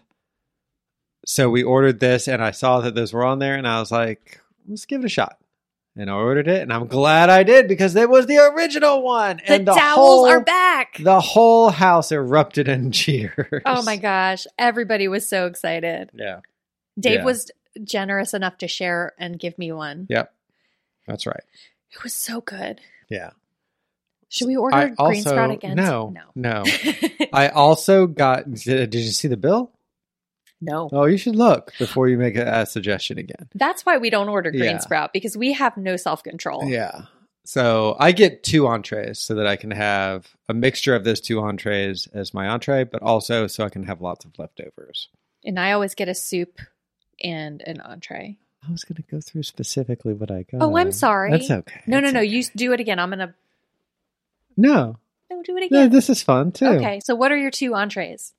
so we ordered this and I saw that those were on there and I was like, let's give it a shot. And I ordered it and I'm glad I did because it was the original one.
The,
and
dowels
whole-
are back.
The whole house erupted in cheers.
oh my gosh. Everybody was so excited.
Yeah.
Dave
Yeah.
was generous enough to share and give me one.
Yep. That's right.
It was so good.
Yeah.
Should we order
I
green sprout
also-
again?
No.
No.
No. I also got did you see the bill?
no.
Oh, you should look before you make a, a suggestion again.
That's why we don't order green
Yeah.
sprout because we have no self control.
Yeah. So I get two entrees so that I can have a mixture of those two entrees as my entree, but also so I can have lots of leftovers.
And I always get a soup and an entree.
I was going to go through specifically what I got.
Oh, I'm sorry.
That's okay.
No, no,
It's
no.
okay.
You s- do it again. I'm going to.
No,
No, do it
no,
again.
this is fun too.
okay. So, what are your two entrees?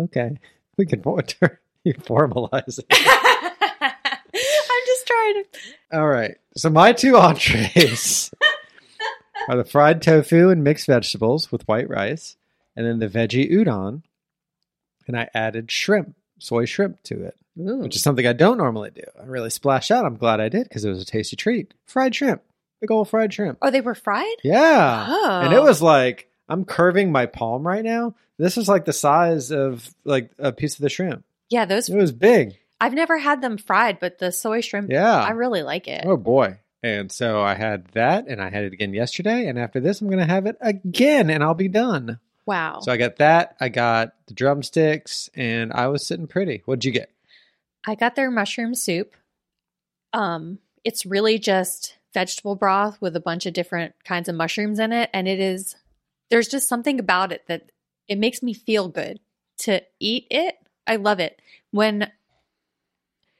Okay. We can more you formalize it.
I'm just trying to.
All right. So my two entrees are the fried tofu and mixed vegetables with white rice, and then the veggie udon. And I added shrimp, soy shrimp to it,
Hmm.
which is something I don't normally do. I really splash out. I'm glad I did because it was a tasty treat. Fried shrimp, big old fried shrimp.
Oh, they were fried?
Yeah.
Oh.
And it was like I'm curving my palm right now. This is like the size of like a piece of the shrimp.
Yeah, those.
It was big.
I've never had them fried, but the soy shrimp.
Yeah.
I really like it.
Oh boy. And so I had that and I had it again yesterday. And after this, I'm going to have it again and I'll be done.
Wow.
So I got that. I got the drumsticks and I was sitting pretty. What'd you get?
I got their mushroom soup. Um, it's really just vegetable broth with a bunch of different kinds of mushrooms in it, and it is there's just something about it that it makes me feel good to eat it. I love it. When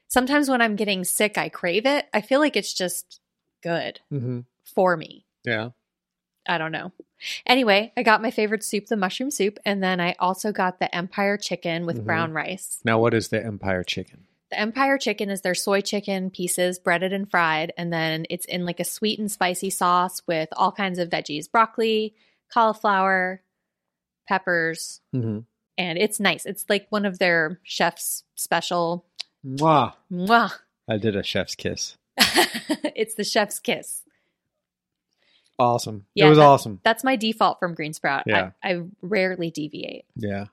sometimes when I'm getting sick, I crave it. I feel like it's just good
Mm-hmm.
for me.
Yeah.
I don't know. Anyway, I got my favorite soup, the mushroom soup, and then I also got the empire chicken with
Mhm.
brown rice.
Now, what is the Empire chicken?
The Empire chicken is their soy chicken pieces, breaded and fried, and then it's in like a sweet and spicy sauce with all kinds of veggies, broccoli, cauliflower, peppers,
Mm-hmm.
and it's nice. It's like one of their chef's special.
Mwah.
Mwah.
I did a chef's kiss.
it's the chef's kiss.
Awesome.
Yeah,
it was
that-
awesome.
That's my default from Green Sprout.
Yeah.
I, I rarely deviate.
Yeah.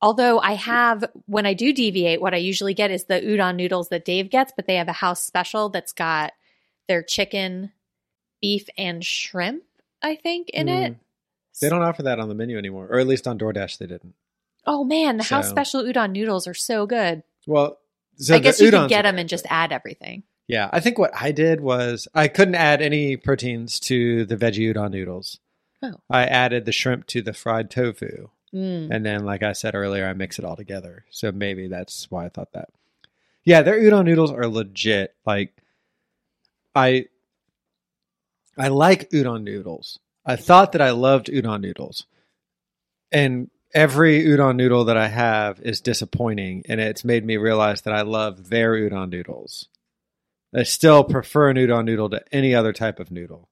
Although I have, when I do deviate, what I usually get is the udon noodles that Dave gets, but they have a house special that's got their chicken, beef, and shrimp, I think, in
Mm.
it.
They don't offer that on the menu anymore, or at least on DoorDash they didn't.
Oh man, the house
So-
special udon noodles are so good.
Well, so
I guess
the
you could
udons
get
are
them
very
and just
good.
add everything.
Yeah, I think what I did was I couldn't add any proteins to the veggie udon noodles.
Oh.
I added the shrimp to the fried tofu.
Mm.
And then, like I said earlier, I mix it all together. So maybe that's why I thought that. Yeah, their udon noodles are legit. Like, I, I like udon noodles. I thought that I loved udon noodles, and every udon noodle that I have is disappointing, and it's made me realize that I love their udon noodles. I still prefer an udon noodle to any other type of noodle,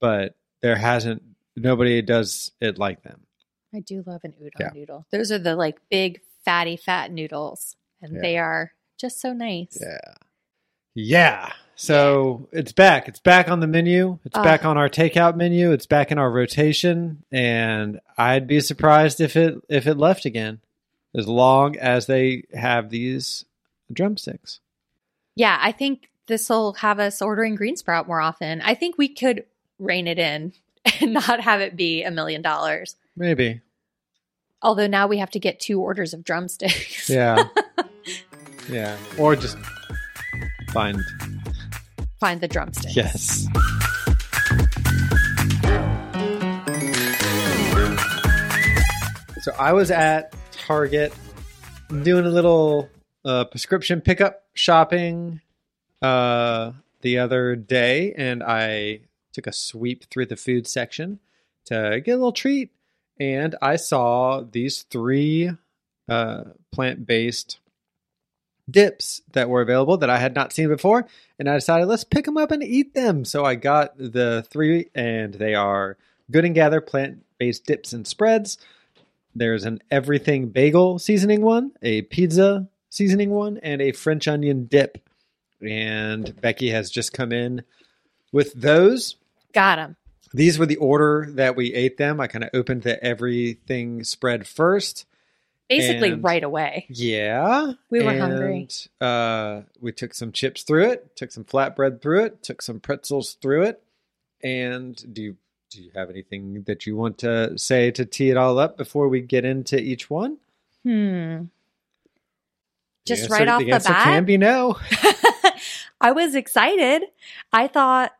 but there hasn't nobody does it like them.
I do love an udon
Yeah.
noodle. Those are the like big fatty fat noodles, and
Yeah.
they are just so nice.
Yeah. Yeah. So it's back. It's back on the menu. It's
Ah.
back on our takeout menu. It's back in our rotation. And I'd be surprised if it if it left again. As long as they have these drumsticks.
Yeah, I think this will have us ordering green sprout more often. I think we could rein it in and not have it be a million dollars.
Maybe.
Although now we have to get two orders of drumsticks.
Yeah. yeah. Or just find
Find the drumsticks.
yes. So I was at Target doing a little uh, prescription pickup shopping uh, the other day, and I took a sweep through the food section to get a little treat, and I saw these three uh, plant-based dips that were available that I had not seen before, and I decided let's pick them up and eat them. So I got the three, and they are Good and Gather plant-based dips and spreads. There's an everything bagel seasoning one, a pizza seasoning one, and a French onion dip. And Becky has just come in with those.
Got him.
These were the order that we ate them. I kind of opened the everything spread first.
Basically,
And-
right away.
Yeah.
We were hungry.
And, Uh, we took some chips through it, took some flatbread through it, took some pretzels through it. And do you do you have anything that you want to say to tee it all up before we get into each one?
Hmm. Just
The
right
answer-
off the
answer Can
bat,
be no.
I was excited. I thought,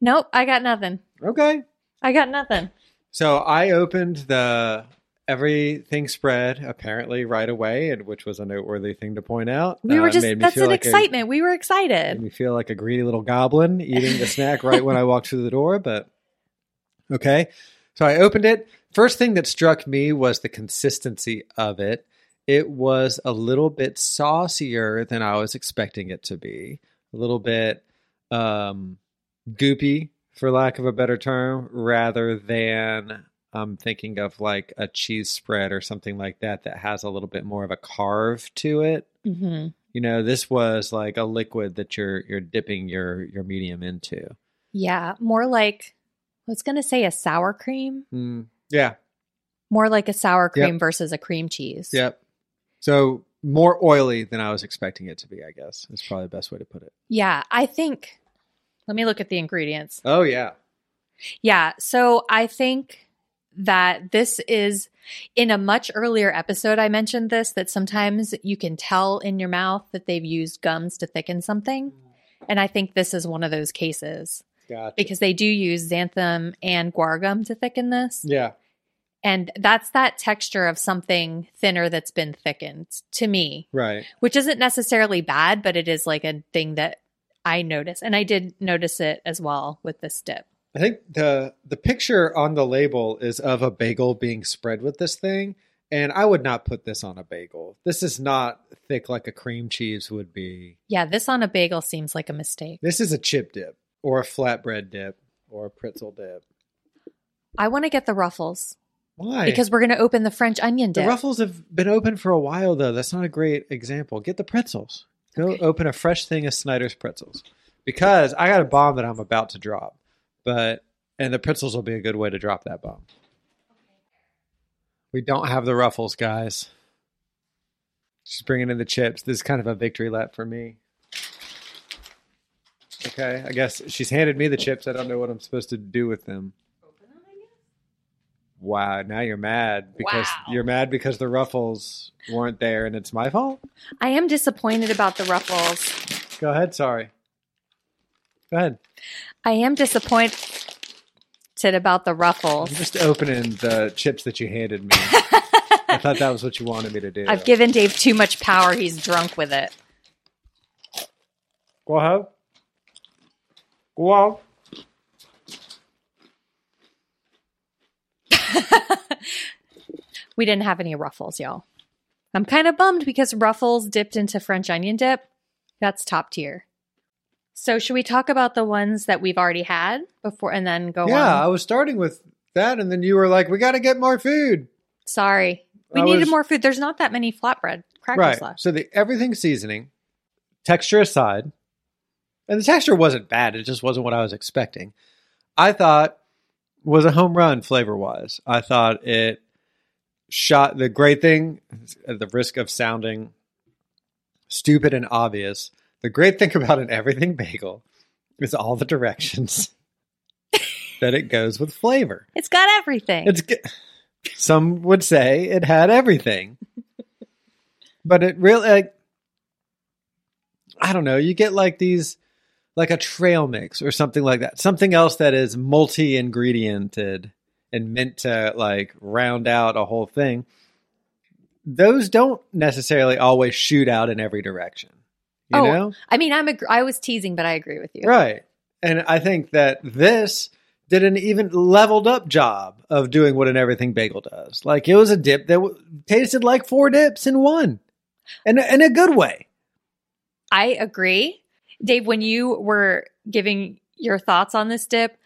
nope, I got nothing.
Okay.
I got nothing.
So I opened the everything spread apparently right away, and which was a noteworthy thing to point out.
We
Uh,
were
it
just,
made me
that's
feel
an
like a-
excitement. we were
Made
excited.
me feel like a greedy little goblin eating the snack right when I walked through the door, but okay. So I opened it. First thing that struck me was the consistency of it. It was a little bit saucier than I was expecting it to be. A little bit um goopy, for lack of a better term, rather than I'm thinking of like a cheese spread or something like that that has a little bit more of a carve to it
hmm
you know this was like a liquid that you're you're dipping your your medium into
Yeah. More like, I was going to say a sour cream,
mm, yeah
more like a sour
Yep.
cream versus a cream cheese.
yep so more oily than i was expecting it to be i guess is probably the best way to put it
Yeah. I think, let me look at the ingredients.
oh yeah
Yeah. So I think that this is in a much earlier episode. I mentioned this that sometimes you can tell in your mouth that they've used gums to thicken something. And I think this is one of those cases
gotcha
because they do use xanthan and guar gum to thicken this.
yeah
And that's that texture of something thinner that's been thickened to me,
right
which isn't necessarily bad, but it is like a thing that I notice. And I did notice it as well with this dip.
i think the the picture on the label is of a bagel being spread with this thing and i would not put this on a bagel this is not thick like a cream cheese would be
Yeah, this on a bagel seems like a mistake.
this is a chip dip or a flatbread dip or a pretzel dip
I want to get the ruffles
why
because we're going to open the French onion
The
dip.
Ruffles have been open for a while, though. That's not a great example. Get the pretzels. Go open a fresh thing of Snyder's pretzels because I got a bomb that I'm about to drop, but and the pretzels will be a good way to drop that bomb. We don't have the Ruffles, guys. She's bringing in the chips. This is kind of a victory lap for me. Okay, I guess she's handed me the chips. I don't know what I'm supposed to do with them. Wow, now you're mad because you're mad because the ruffles weren't there and it's my fault?
I am disappointed about the ruffles.
Go ahead, sorry. Go ahead.
I am disappointed about the
I'm
ruffles.
just opening the chips that you handed me. I thought that was what you wanted me to do.
I've given Dave too much power. He's drunk with it.
Go ahead. Go ahead.
We didn't have any ruffles, y'all. I'm kind of bummed because ruffles dipped into French onion dip, that's top tier. So, should we talk about the ones that we've already had before and then go
Yeah, I
on?
was starting with that and then you were like, We gotta get more food.
Sorry. We
I
needed
was-
more food. There's not that many flatbread crackers
right.
left.
So the everything seasoning, texture aside, and the texture wasn't bad. It just wasn't what I was expecting. I thought was a home run flavor wise. I thought it shot the great thing at the risk of sounding stupid and obvious. The great thing about an everything bagel is all the directions that it goes with flavor.
It's got everything.
It's g- some would say it had everything, but it really like I don't know. You get like these like a trail mix or something like that, something else that is multi ingrediented and meant to like round out a whole thing, those don't necessarily always shoot out in every direction. You
Oh,
know?
I mean, I'm ag- I was teasing, but I agree with you.
Right. And I think that this did an even leveled up job of doing what an everything bagel does. Like it was a dip that w- tasted like four dips in one. And in a good way.
I agree. Dave, when you were giving your thoughts on this dip,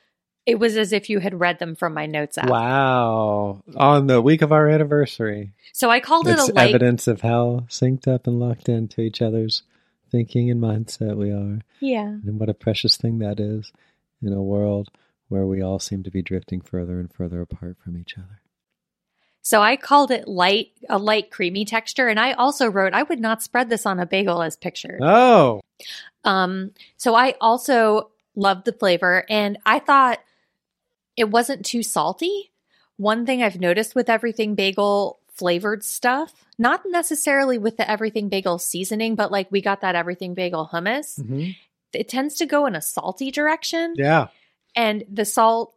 it was as if you had read them from my notes app.
Wow. On the week of our anniversary,
So I called it
it's
a light.
evidence of how synced up and locked into each other's thinking and mindset we are.
Yeah.
And what a precious thing that is in a world where we all seem to be drifting further and further apart from each other.
So I called it light, a light creamy texture. And I also wrote, I would not spread this on a bagel as pictured.
Oh,
Um, so I also loved the flavor and I thought it wasn't too salty. One thing I've noticed with everything bagel flavored stuff, not necessarily with the everything bagel seasoning, but like we got that everything bagel hummus, it tends to go in a salty direction
Mm-hmm. yeah.
and the salt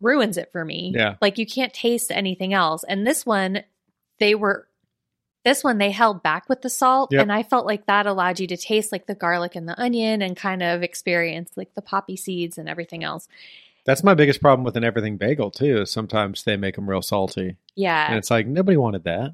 ruins it for me.
Yeah.
Like you can't taste anything else. And this one, they were this one they held back with the salt
Yep.
and I felt like that allowed you to taste like the garlic and the onion and kind of experience like the poppy seeds and everything else.
That's my biggest problem with an everything bagel too. Is sometimes they make them real salty,
Yeah.
and it's like nobody wanted that.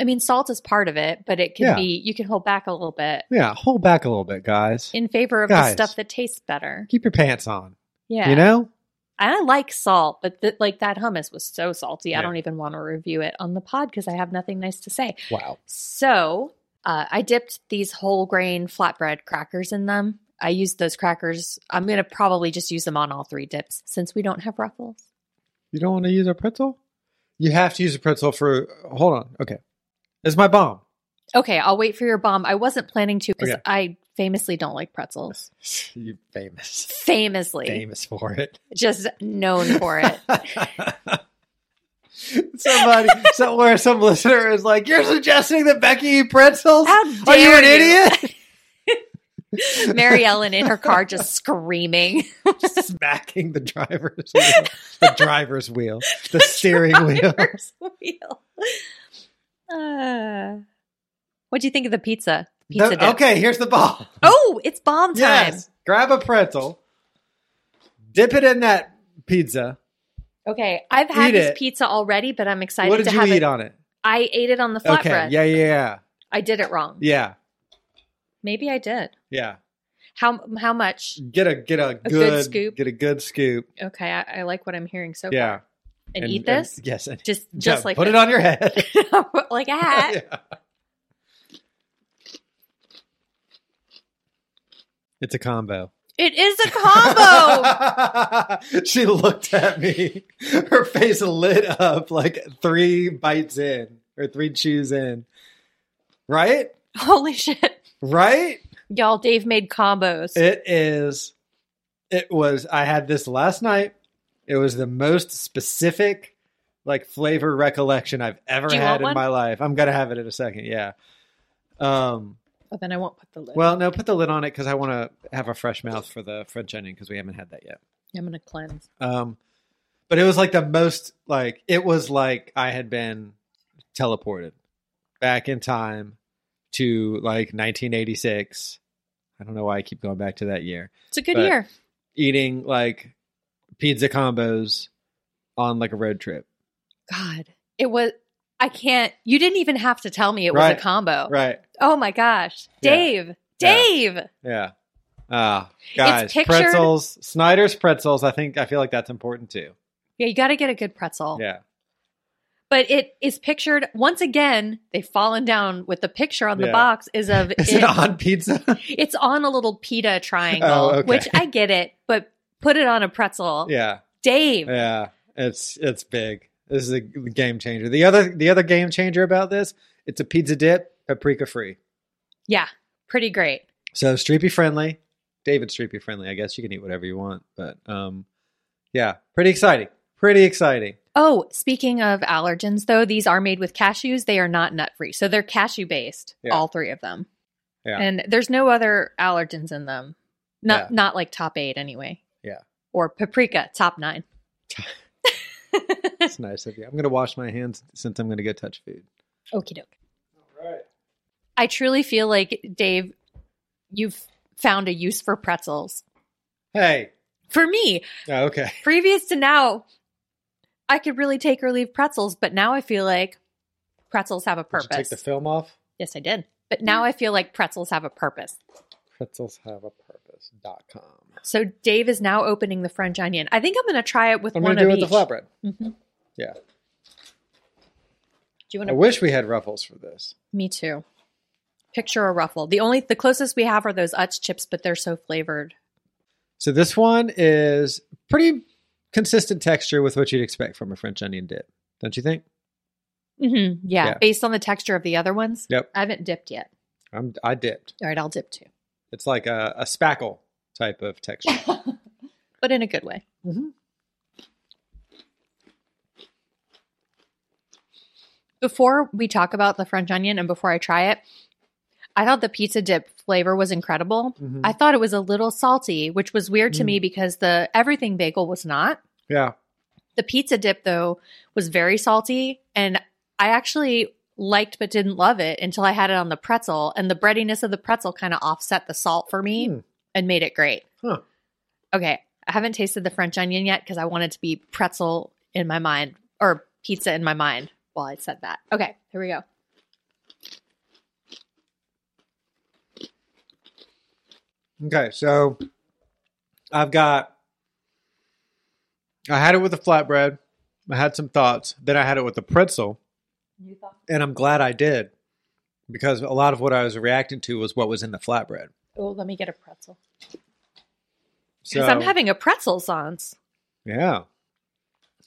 I mean salt is part of it, but it can
Yeah.
be you can hold back a little bit
Yeah, hold back a little bit, guys.
in favor of
Guys.
the stuff that tastes better.
Keep your pants on.
Yeah.
You know,
And I like salt, but th- like that hummus was so salty.
Yeah.
I don't even want to review it on the pod because I have nothing nice to say.
wow.
So uh, I dipped these whole grain flatbread crackers in them. I used those crackers. I'm going to probably just use them on all three dips since we don't have ruffles.
You don't want to use a pretzel? You have to use a pretzel for. Hold on. Okay, it's my bomb.
Okay, I'll wait for your bomb. I wasn't planning to because
Okay.
I famously don't like pretzels.
You famous,
Famously,
famous for it.
just known for it.
Somebody, somewhere, some listener is like, "You're suggesting that Becky eat pretzels?
How
Are you
dare
an
you."
idiot?"
Mary Ellen in her car just screaming.
Smacking the driver's wheel, the driver's wheel, the steering wheel.
Driver's wheel. Uh, what do you think of the pizza? Pizza
The-
dip.
okay, here's the ball.
Oh, it's bomb time.
Yes. Grab a pretzel, dip it in that pizza.
Okay, I've had
Eat
this
it.
pizza already, but I'm excited
what did
to
you
have
eat
it.
on it?
I ate it on the flatbread.
Okay. Yeah, yeah, yeah.
I did it wrong.
Yeah.
Maybe I did.
Yeah.
How how much?
Get a get a,
good
good,
scoop.
Get a good scoop.
Okay, I, I like what I'm hearing so
Mm. yeah.
far. And, eat this?
yes. And,
just just
yeah,
like
put it
this.
on your head.
like a hat.
Yeah. It's a combo.
It is a combo.
she looked at me. Her face lit up like three bites in or three chews in. Right?
Holy shit.
Right?
Y'all, Dave made combos.
It is. It was. I had this last night. It was the most specific, like flavor recollection I've ever
Do you want
had in
one?
my life. I'm gonna have it in a second. Yeah. Um.
oh, then I won't put the lid.
Well, no, put the lid on it because I want to have a fresh mouth for the French onion because we haven't had that yet.
I'm gonna cleanse.
Um, but it was like the most like it was like I had been teleported back in time to like 1986. I don't know why I keep going back to that year.
It's a good
But-
year.
Eating like pizza combos on like a road trip.
God, it was. I can't. You didn't even have to tell me it
Right.
was a combo.
Right.
Oh my gosh,
Yeah.
Dave,
Yeah.
Dave.
Yeah. Ah, guys,
pictured-
pretzels, Snyder's pretzels. I think I feel like that's important too.
Yeah, you got to get a good pretzel.
Yeah.
But it is pictured once again. They've fallen down with the picture on the
Yeah.
box is of
Is
it-
it on pizza?
it's on a little pita triangle,
Oh, okay.
which I get it, but put it on a pretzel.
yeah.
Dave,
Yeah, it's it's big. This is a game changer. The other the other game changer about this, it's a pizza dip, paprika free.
yeah, pretty great.
So streepy friendly. David streepy friendly. I guess you can eat whatever you want, but um yeah, pretty exciting. Pretty exciting.
Oh, speaking of allergens, though, these are made with cashews. They are not nut free. So they're cashew based,
Yeah.
all three of them.
Yeah.
And there's no other allergens in them. Not
Yeah.
not like top eight anyway.
Yeah.
Or paprika, top nine.
It's nice of you. I'm going to wash my hands since I'm going to go touch food.
Okie doke.
All right.
I truly feel like Dave, you've found a use for pretzels.
Hey.
For me,
Oh, okay.
previous to now, I could really take or leave pretzels, but now I feel like pretzels have a
Did you
purpose.
take the film off.
yes, I did. But now I feel like pretzels have a purpose.
Pretzels have a purpose.com.
So Dave is now opening the French onion. I think I'm going to try it with
I'm
one
going to do
of
it
each.
with the flatbread.
Mhm.
Yeah.
Do you want
I
to?
wish we had ruffles for this.
Me too. Picture a ruffle. The only the closest we have are those Utz chips, but they're so flavored.
So this one is pretty consistent texture with what you'd expect from a French onion dip, don't you think?
Mm-hmm. Yeah,
Yeah.
based on the texture of the other ones.
Yep.
I haven't dipped yet.
I'm, I dipped.
All right, I'll dip too,
It's like a, a spackle type of texture.
but in a good way.
Mhm.
Before we talk about the French onion and before I try it, I thought the pizza dip flavor was incredible.
Mhm.
I thought it was a little salty, which was weird to me because the everything bagel was not.
yeah.
The pizza dip, though, was very salty. And I actually liked but didn't love it until I had it on the pretzel. And the breadiness of the pretzel kind of offset the salt for me
Hmm.
and made it great.
Huh.
Okay. I haven't tasted the French onion yet because I want it to be pretzel in my mind or pizza in my mind while I said that. Okay. Here we go.
Okay, so I've got I had it with the flatbread. I had some thoughts. Then I had it with the pretzel. And I'm glad I did because a lot of what I was reacting to was what was in the flatbread.
Oh, let me get a pretzel.
So
Because I'm having a pretzel sans.
Yeah.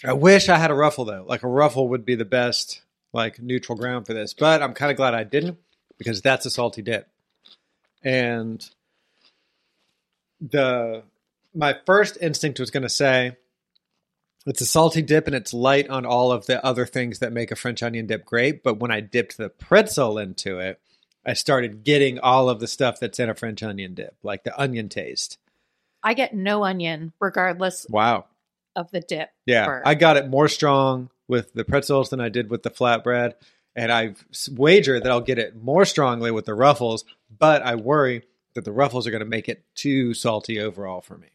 I wish I had a ruffle though. Like a ruffle would be the best like neutral ground for this. But I'm kind of glad I didn't because that's a salty dip. And the my first instinct was going to say it's a salty dip and it's light on all of the other things that make a French onion dip great, but when I dipped the pretzel into it, I started getting all of the stuff that's in a French onion dip, like the onion taste.
I get no onion regardless
Wow.
of the dip.
Yeah,
for-
I got it more strong with the pretzels than I did with the flatbread, and I wager that I'll get it more strongly with the ruffles. But I worry that the ruffles are going to make it too salty overall for me.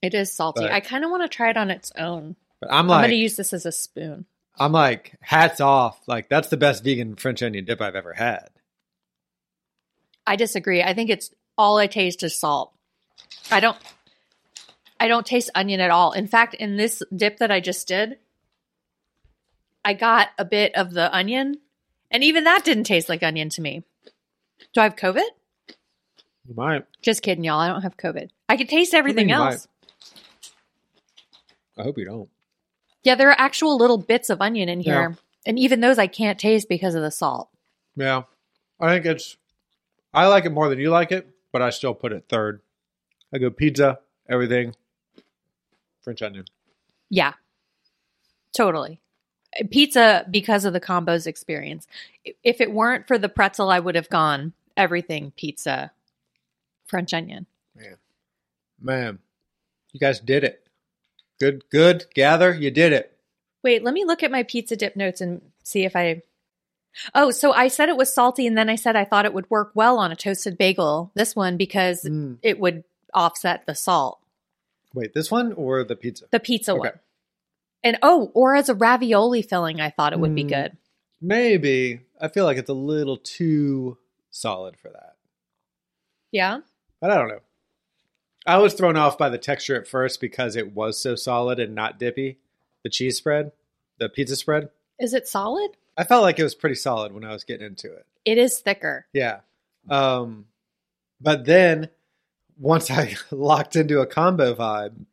It is salty.
But-
I kind of want to try it on its own.
But I'm
I'm,
like,
going to use this as a spoon.
I'm like, hats off! Like that's the best vegan French onion dip I've ever had.
I disagree. I think it's all I taste is salt. I don't I don't taste onion at all. In fact, in this dip that I just did, I got a bit of the onion, and even that didn't taste like onion to me. Do I have COVID?
You might.
Just kidding, y'all. I don't have COVID. I could taste everything
you
else.
I hope you don't.
Yeah, there are actual little bits of onion in
Yeah.
here. And even those I can't taste because of the salt.
Yeah, I think it's. I like it more than you like it, but I still put it third. I go pizza, everything, French onion.
Yeah, totally. Pizza because of the combos experience. I- If it weren't for the pretzel, I would have gone everything pizza, French onion.
Man, you guys did it. Good, good. Gather, you did it.
Wait, let me look at my pizza dip notes and see if I. Oh, so I said it was salty, and then I said I thought it would work well on a toasted bagel. This one because
Mm.
it would offset the salt.
Wait, this one or the pizza?
The pizza
Okay.
one. And oh, or as a ravioli filling, I thought it would be
Mm.
good.
Maybe. I feel like it's a little too solid for that.
Yeah.
But I don't know. I was thrown off by the texture at first because it was so solid and not dippy. The cheese spread, the pizza spread.
Is it solid?
I felt like it was pretty solid when I was getting into it.
It is thicker.
Yeah. Um, but then once I locked into a combo vibe,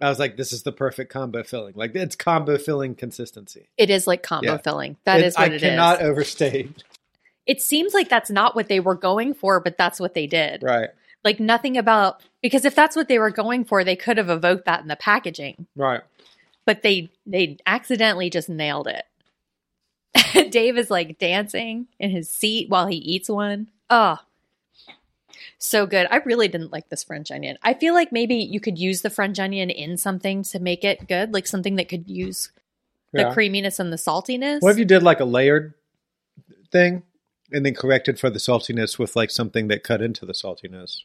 I was like, this is the perfect combo filling. Like it's combo filling consistency.
It is like combo
Yeah.
filling. That
It-
is what
I
it is.
cannot uh, overstate.
It seems like that's not what they were going for, but that's what they did.
Right.
Like nothing about because if that's what they were going for, they could have evoked that in the packaging,
Right.
but they they accidentally just nailed it. Dave is like dancing in his seat while he eats one. Oh. So good. I really didn't like this French onion. I feel like maybe you could use the French onion in something to make it good, like something that could use the
Yeah.
creaminess and the saltiness.
What if you did like a layered thing and then corrected for the saltiness with like something that cut into the saltiness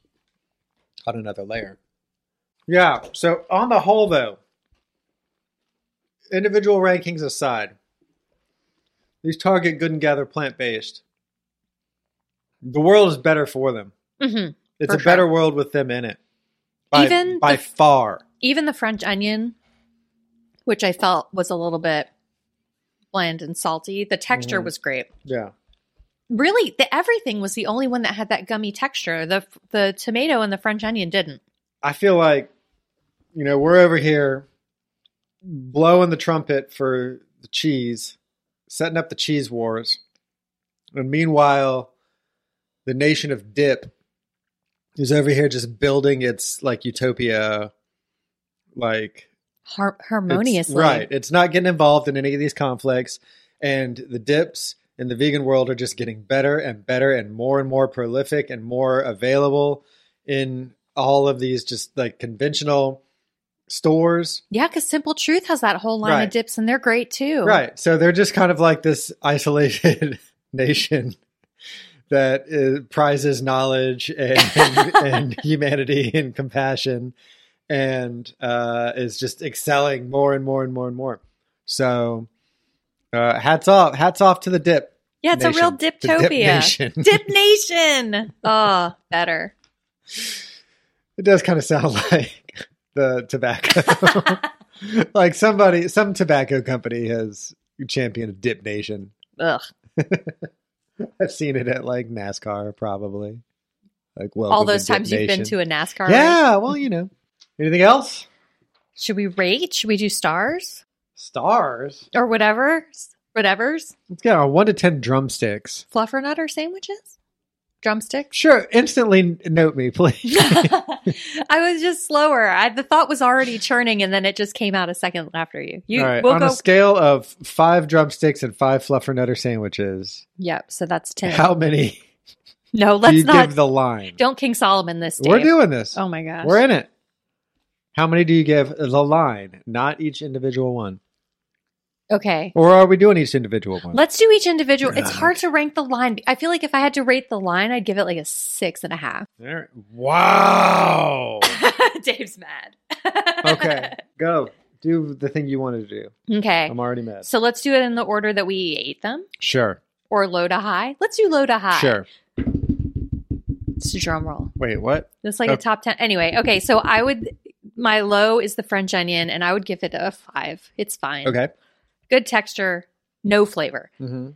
on another layer? Yeah. So, on the whole, though, individual rankings aside, these Target Good and Gather plant based, the world is better for them.
Mhm.
It's
For
a better world with them in it. By,
Even
by
the-
far.
Even the French onion, which I felt was a little bit bland and salty, the texture
Mm-hmm.
was great.
Yeah.
Really, the everything was the only one that had that gummy texture. The the tomato and the French onion didn't.
I feel like, you know, we're over here blowing the trumpet for the cheese, setting up the cheese wars. And meanwhile, the nation of dip is over here just building its like utopia, like
Har-
it's-
harmoniously.
right. It's not getting involved in any of these conflicts. And the dips in the vegan world are just getting better and better and more and more prolific and more available in all of these just like conventional stores.
Yeah, because Simple Truth has that whole line
Right.
of dips, and they're great too.
Right. So they're just kind of like this isolated nation that is, prizes knowledge and, and humanity and compassion and uh, is just excelling more and more and more and more. So uh, hats off. Hats off to the dip.
Yeah, it's
Nation.
a real
The dip
diptopia.
nation.
Dip nation. oh, better.
It does kind of sound like the tobacco. like somebody, some tobacco company has championed Dip Nation.
Ugh.
I've seen it at like NASCAR, probably. Like well,
All those times you've been to a NASCAR race.
Yeah, well, you know. Anything else?
Should we rate? Should we do stars
Stars.
or whatever? Whatever's
Let's get our one to ten drumsticks.
fluffernutter sandwiches, drumsticks.
Sure. Instantly n- note me, please.
I was just slower. I, the thought was already churning, and then it just came out a second after you. You
All right.
we'll
On
go.
a scale of five drumsticks and five fluffernutter sandwiches,
yep. So that's ten.
how many
no,
do
let's
you
not.
give the line?
don't King Solomon this. Dave.
We're doing this.
Oh my gosh.
We're in it. How many do you give the line? Not each individual one.
okay.
Or are we doing each individual one?
Let's do each individual. It's
God.
hard to rank the line. I feel like if I had to rate the line, I'd give it like a six and a half.
All right. Wow.
Dave's mad.
okay, go. Do the thing you want to do.
Okay.
I'm already mad.
So let's do it in the order that we ate them
Sure.
or low to high. Let's do low to high.
Sure.
It's a drum roll.
Wait, what?
That's like
Oh.
a top 10. Anyway, okay. So I would, my low is the French onion and I would give it a five. It's fine.
Okay.
Good texture, no flavor.
Mm-hmm.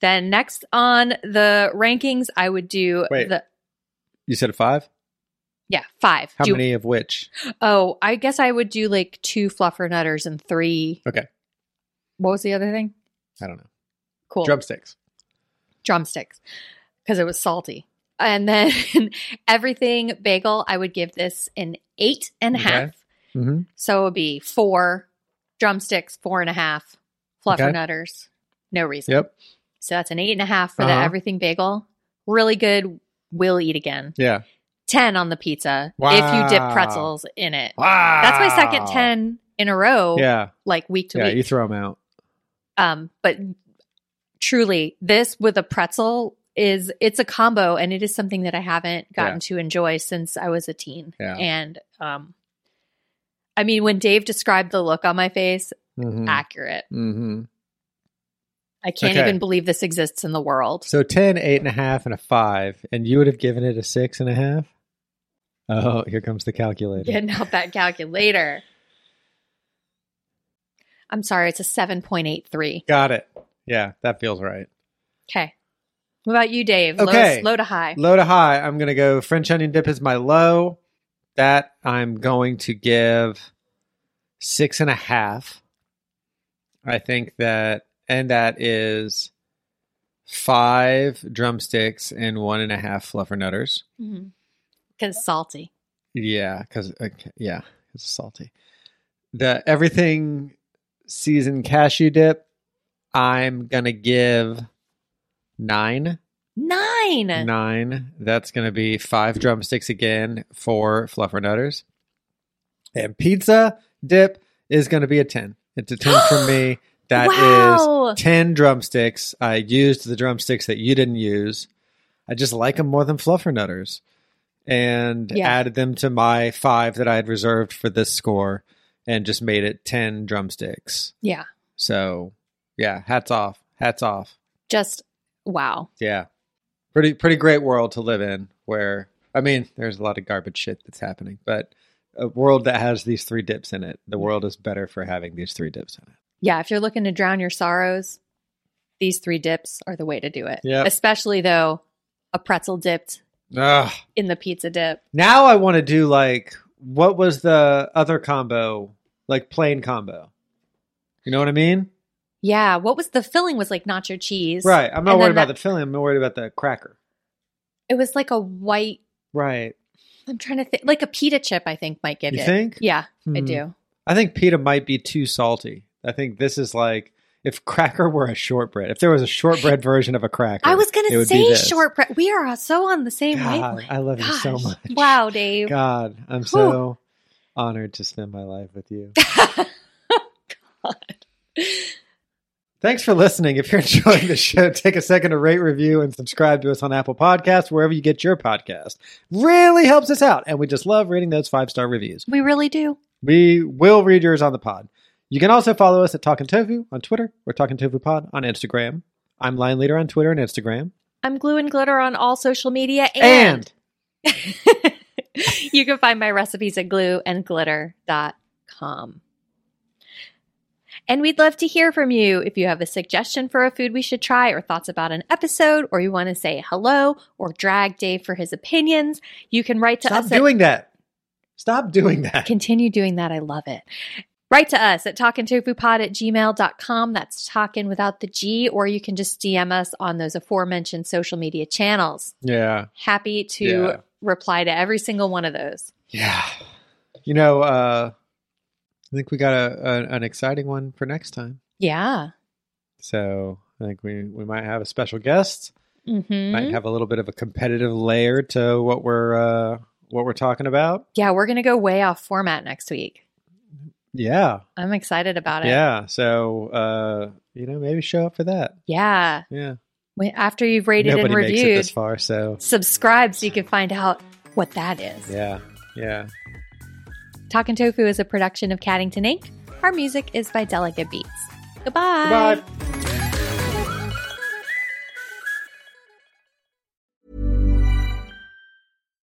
Then next on the rankings, I would do
Wait.
the,
You said a five?
yeah, five.
How
do,
many of which?
Oh, I guess I would do like two fluffer nutters and three.
Okay.
What was the other thing?
I don't know.
Cool.
Drumsticks.
Drumsticks because it was salty. And then everything bagel, I would give this an eight and a
Okay.
half.
Mm-hmm.
So it would be four drumsticks, four and a half fluffer
Okay.
nutters. No reason.
Yep.
So that's an eight and a half for
Uh-huh.
the everything bagel. Really good. Will eat again.
Yeah.
10 on the pizza if you dip
Wow.
pretzels in it.
Wow.
That's my second 10 in a row.
Yeah.
like week to
Yeah.
week.
You throw them out.
um, but truly, this with a pretzel is it's a combo, and it is something that I haven't gotten
Yeah.
to enjoy since I was a teen.
Yeah.
And um, I mean, when Dave described the look on my face,
Mm-hmm.
accurate.
mm-hmm.
I can't
Okay.
even believe this exists in the world.
So 10, eight and a half, and a five. And you would have given it a six and a half? Oh, here comes the calculator.
Getting out that calculator. I'm sorry, it's a 7.83.
Got it. Yeah. That feels right.
Okay. What about you, Dave?
Okay.
Low, low to high.
Low to high, I'm going to go French onion dip is my low. That I'm going to give six and a half. I think that, and that is five drumsticks and one and a half fluffernutters.
Mhm. 'Cause salty.
Yeah, because yeah, it's salty. The everything seasoned cashew dip, I'm gonna give nine.
Nine.
Nine. That's going to be five drumsticks again for Fluffernutters. And pizza dip is going to be a 10. It's a 10 from me. That is
Wow.
10 drumsticks. I used the drumsticks that you didn't use. I just like them more than Fluffernutters and
Yeah.
added them to my five that I had reserved for this score and just made it 10 drumsticks.
Yeah.
So, yeah, hats off. Hats off.
Just wow.
Yeah. Pretty pretty great world to live in where I mean, there's a lot of garbage shit that's happening, but a world that has these three dips in it. The world is better for having these three dips in it.
Yeah. If you're looking to drown your sorrows, these three dips are the way to do it.
Yep.
Especially though, a pretzel dipped
Ugh.
in the pizza dip.
Now I want to do like what was the other combo? Like plain combo. You know what I mean?
Yeah. What was the filling was like nacho cheese.
Right. I'm not
And
worried
then
about
that-
the filling, I'm more worried about the cracker.
It was like a white
Right.
I'm trying to think like a pita chip, I think might give
You
it.
think?
Yeah, I
Hmm.
do.
I think pita might be too salty. I think this is like if cracker were a shortbread, if there was a shortbread version of a cracker,
I was
it
gonna
would be
say
this.
shortbread. We are so on the same
God,
wavelength.
I love you so
Gosh.
much.
Wow, Dave.
God, I'm so honored to spend my life with you. Thanks for listening. If you're enjoying the show, take a second to rate, review, and subscribe to us on Apple Podcasts, wherever you get your podcast. Really helps us out, and we just love reading those five star reviews.
We really do.
We will read yours on the pod. You can also follow us at Talking Tofu on Twitter or Talking Tofu Pod on Instagram. I'm Lion Leader on Twitter and Instagram.
I'm glue and glitter on all social media
And,
and, you can find my recipes at glueandglitter.com. And we'd love to hear from you if you have a suggestion for a food we should try or thoughts about an episode or you want to say hello or drag Dave for his opinions, you can write to
stop
us at-
doing that. Stop doing that.
Continue doing that. I love it. Write to us at talkintofupod at gmail.com. That's talkin without the G, or you can just DM us on those aforementioned social media channels.
yeah.
Happy to
Yeah.
reply to every single one of those.
Yeah. You know, uh, I think we got a, a an exciting one for next time.
Yeah.
So I think we, we might have a special guest.
hmm
Might have a little bit of a competitive layer to what we're uh, what we're talking about.
yeah, we're going to go way off format next week.
Yeah,
I'm excited about it.
yeah. So uh, you know, maybe show up for that.
Yeah.
Yeah,
When- After you've rated and
nobody makes it this
reviewed,
far. So
subscribe so you can find out what that is.
yeah, yeah.
Talkin' Tofu is a production of Caddington Inc. Our music is by Delicate Beats. Goodbye.
Goodbye.